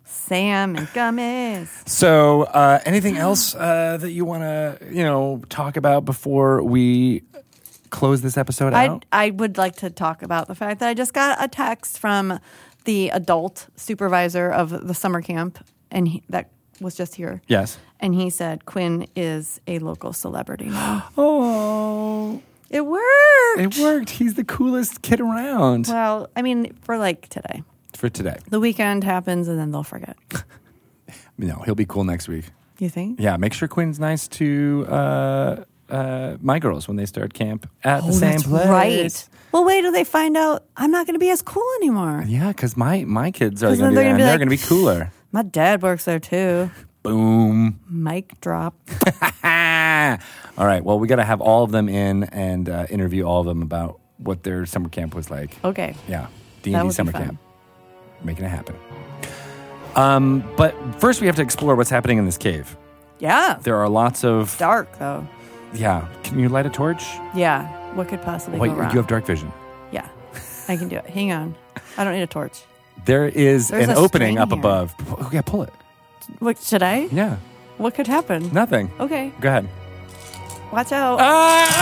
Sam and Gummies. So, uh, anything else uh, that you want to you know talk about before we close this episode I, out? I would like to talk about the fact that I just got a text from the adult supervisor of the summer camp, and he, that was just here. Yes. And he said Quinn is a local celebrity. now. Oh, it worked. it worked. He's the coolest kid around Well, I mean, for like today, for today. the weekend happens, and then they'll forget. No, he'll be cool next week. You think? Yeah, make sure Quinn's nice to uh, uh, my girls when they start camp at the same place. Oh, Right. Well, wait till they find out I'm not going to be as cool anymore. Yeah, because my, my kids are 'Cause going to then be they're there gonna and be they're going like- to be cooler. My dad works there too. Boom. Mic drop. all right. Well, we got to have all of them in and uh, interview all of them about what their summer camp was like. Okay. Yeah, D That and would D be summer fun. camp, making it happen. Um, but first, we have to explore what's happening in this cave. Yeah. There are lots of Dark though. yeah. Can you light a torch? Yeah. What could possibly Wait, go you wrong? have dark vision. yeah. I can do it. Hang on. I don't need a torch. There is There's an a opening string up here. above. P- oh, Yeah, pull it. What should I? Yeah, What could happen? nothing. Okay. Go ahead. Watch out. Ah!